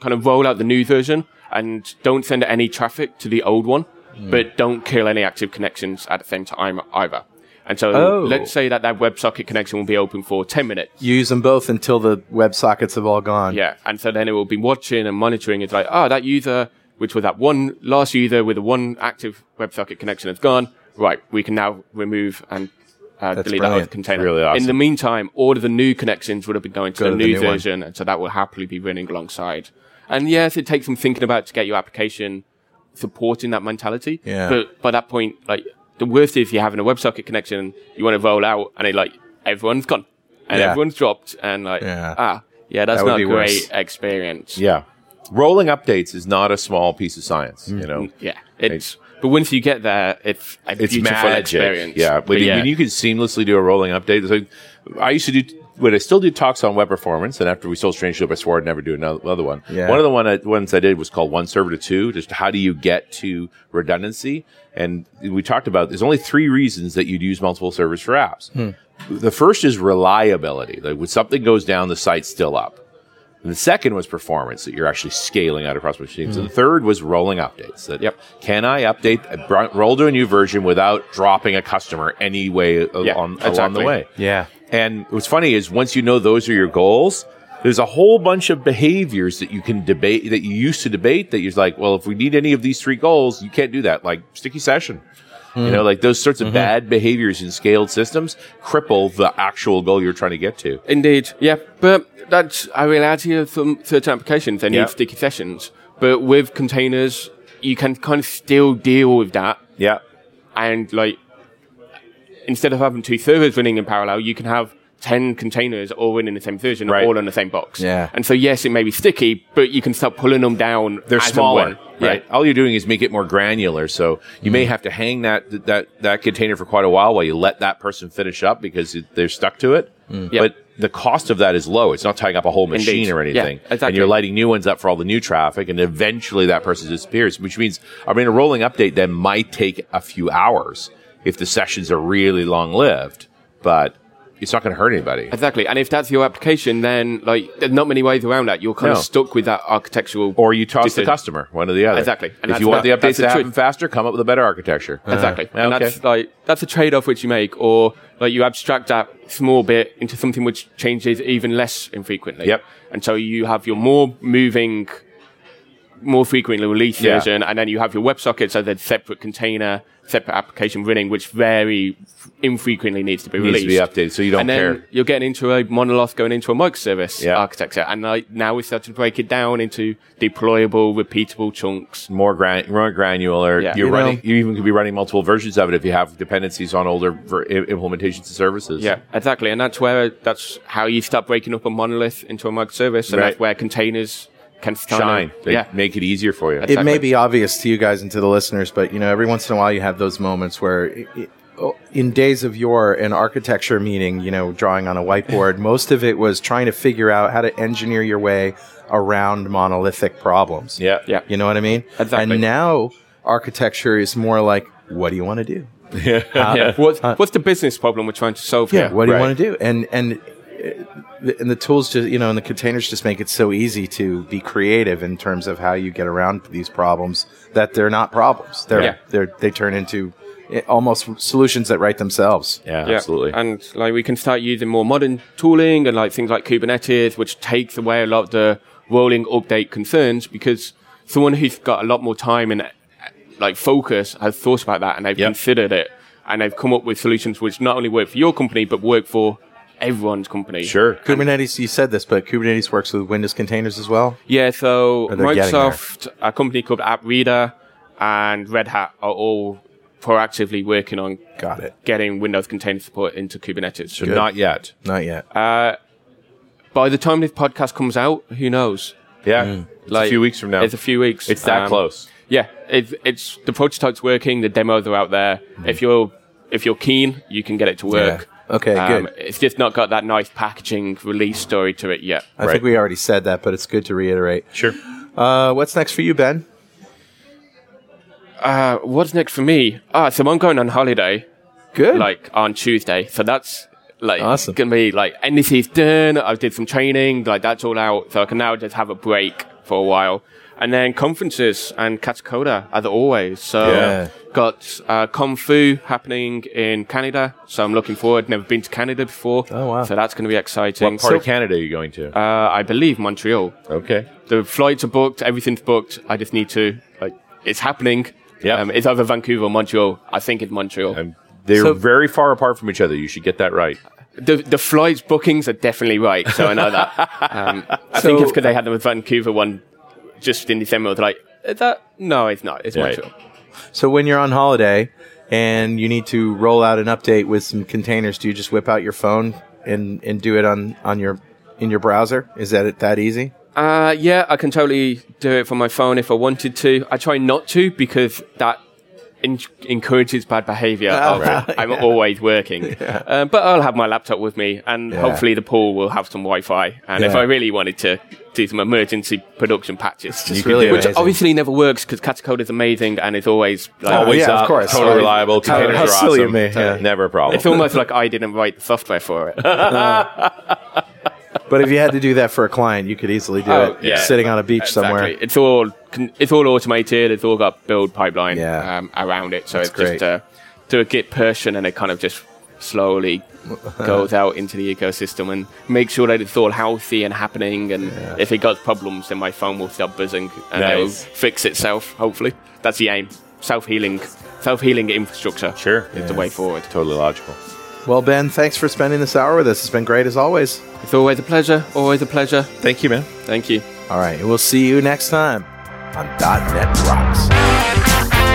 kind of roll out the new version and don't send any traffic to the old one,
Hmm.
but don't kill any active connections at the same time either. And so
Oh.
let's say that that WebSocket connection will be open for 10 minutes.
you use them both until the web sockets have all gone.
Yeah. And so then it will be watching and monitoring. It's like, oh, that user, which was that one last user with the one active WebSocket connection has gone. Right. We can now remove and uh, delete that
brilliant.
other container.
Really awesome.
In the meantime, all of the new connections would have been going to
Go
the
to the
new,
new one.
version. And so that will happily be running alongside. And yes, it takes some thinking about to get your application supporting that mentality.
Yeah.
But by that point, like the worst is you're having a WebSocket connection, you want to roll out, and it like everyone's gone, and
Yeah.
everyone's dropped, and like
Yeah.
ah yeah, that's
That would
not
be
a great
worse.
experience.
Yeah. rolling updates is not a small piece of science. You know,
Mm. Yeah, it's. But once you get there, it's a
it's
beautiful
magic.
experience.
Yeah,
But
when, You, when you can seamlessly do a rolling update. it's like I used to do. When I still do talks on web performance, and after we sold Strange Shield, I swore I'd never do another, another one.
Yeah.
One of the one I, ones I did was called One Server to Two. Just how do you get to redundancy? And we talked about there's only three reasons that you'd use multiple servers for
Hmm.
apps. The first is reliability. Like when something goes down, the site's still up. And the second was performance that you're actually scaling out across machines. And the
Hmm.
third was rolling updates. That yep, can I update br- roll to a new version without dropping a customer any way al-
Yeah,
on, along the
exactly.
way?
Yeah.
And what's funny is once you know those are your goals, there's a whole bunch of behaviors that you can debate that you used to debate that you're like, well, if we need any of these three goals, you can't do that. Like sticky session. You know, like those sorts of bad behaviors in scaled systems cripple the actual goal you're trying to get to.
Indeed, yeah. But that's a reality of some certain applications. They need
Yeah.
sticky sessions. But with containers, you can kind of still deal with that.
Yeah.
And like, instead of having two servers running in parallel, you can have 10 containers all running in the same version,
Right.
all on the same box.
Yeah.
And so, yes, it may be sticky, but you can start pulling them down.
they're
as and
smaller,
when. Mm-hmm.
right?
Yeah.
All you're doing is make it more granular. So you may have to hang that that that container for quite a while while you let that person finish up because it, they're stuck to it.
Yep.
But the cost of that is low. It's not tying up a whole machine
Mm. Indeed.
or
Yeah,
anything, and
exactly.
you're lighting new ones up for all the new traffic, and eventually that person disappears. Which means, I mean, a rolling update then might take a few hours if the sessions are really long lived, but it's not going to hurt anybody.
Exactly. And if that's your application, then like, there's not many ways around that. You're kind
No.
of stuck with that architectural.
Or you toss the
decision.
customer, one or the other.
Exactly. And
if
that's
you want
the-
the updates
that's the
to happen
truth.
faster, come up with a better architecture.
Exactly.
uh, Yeah,
and
okay.
that's like that's a trade off which you make, or like you abstract that small bit into something which changes even less infrequently.
Yep.
And so you have your more moving, more frequently released
Yeah.
version, and then you have your WebSocket, so there's separate container, separate application running, which very f- infrequently needs to be
needs
released.
to be updated, so you don't
and then
care.
you're getting into a monolith going into a microservice
Yeah.
architecture, and like now we start to break it down into deployable, repeatable chunks.
More, gran- more granular.
Yeah.
You're
You
running.
know-
you even could be running multiple versions of it if you have dependencies on older ver- i- implementations and services.
Yeah, exactly, and that's where that's how you start breaking up a monolith into a microservice, and
Right.
that's where containers can start
shine. They
Yeah,
make it easier for you.
It may
Exactly.
be obvious to you guys and to the listeners, but you know, every once in a while you have those moments where, i- i- oh, in days of yore, an architecture meeting, you know, drawing on a whiteboard, most of it was trying to figure out how to engineer your way around monolithic problems.
yeah,
yeah,
You know what I mean?
Exactly.
And now architecture is more like, what do you want to do?
yeah. What's, what's the business problem we're trying to solve
Yeah.
here?
What do
Right.
you want to do? And and uh, the- and the tools just you know and the containers just make it so easy to be creative in terms of how you get around these problems that they're not problems. They're
Yeah.
they're they turn into eh, almost solutions that write themselves.
yeah,
Yeah.
absolutely.
And like we can start using more modern tooling and like things like Kubernetes, which takes away a lot of the rolling update concerns because someone who's got a lot more time and uh, like focus has thought about that and they've
Yep.
considered it and they've come up with solutions which not only work for your company but work for everyone's company.
sure.
Kubernetes, you said this, but Kubernetes works with Windows containers as well.
Yeah, so
they're getting
Microsoft, a company called AppReader, and Red Hat are all proactively working on
Got it.
getting Windows container support into Kubernetes.
So not yet.
Not yet.
By the time this podcast comes out, who knows?
Yeah,
Mm.
it's a few weeks from now.
It's a few weeks.
It's that
Um,
close.
Yeah, it, it's the prototype's working. The demos are out there.
Mm.
If you're if you're keen, you can get it to work. Um,
Yeah. Okay, good.
It's just not got that nice packaging release story to it yet.
Uh,
I think we already said that, but it's good to reiterate.
Sure.
Uh, what's next for you, Ben?
Uh, what's next for me? Ah, so I'm going on holiday.
Good.
like on Tuesday. So that's like
Awesome.
gonna be like NDC's done. I did some training, like that's all out. So I can now just have a break for a while. And then conferences and Katakoda as always. So
Yeah.
got uh, Kung Fu happening in Canada. So I'm looking forward. Never been to Canada before.
Oh, wow.
So that's gonna be exciting.
What part
So-
of Canada are you going to?
uh, I believe Montreal.
okay.
The flights are booked. Everything's booked. I just need to like it's happening.
Yeah.
Um, it's either Vancouver or Montreal. I think it's Montreal.
i they're
So-
very far apart from each other. You should get that right.
the the flights bookings are definitely right, so I know that. Um, I think it's because they had the Vancouver one just in December. I was like, "Is that no, it's not. It's
Right.
Montreal.
So when you're on holiday and you need to roll out an update with some containers, do you just whip out your phone and, and do it on, on your in your browser? Is that it that easy?
Uh, yeah, I can totally do it from my phone if I wanted to. I try not to because that en- encourages bad behavior.
Oh,
of, I'm always working. Um, but I'll have my laptop with me and hopefully the pool will have some Wi Fi. And if
Yeah.
I really wanted to do some emergency production patches,
just really
which
amazing.
obviously never works because Catacode is amazing and it's always like,
Always Oh, yeah,
up,
of course.
uh, Totally
Always.
reliable.
How-
Containers
how
are
silly of
awesome.
me, yeah.
uh, Never a problem.
It's almost like I didn't write the software for it.
Oh,
But if you had to do that for a client, you could easily do
Oh,
it
yeah.
sitting on a beach somewhere.
Exactly. It's all con- it's all automated. It's all got build pipeline
Yeah.
um, around it. So
That's
it's
great.
just uh, to a Git person, and it kind of just slowly goes out into the ecosystem and makes sure that it's all healthy and happening. And if it got problems, then my phone will stop buzzing and it'll
Nice.
fix itself. Hopefully, that's the aim. Self healing, self healing infrastructure.
Sure.
is the way forward.
Totally logical.
Well, Ben, thanks for spending this hour with us. It's been great as always.
It's always a pleasure. Always a pleasure.
Thank you, man.
Thank you.
All right, we'll see you next time on .NET Rocks.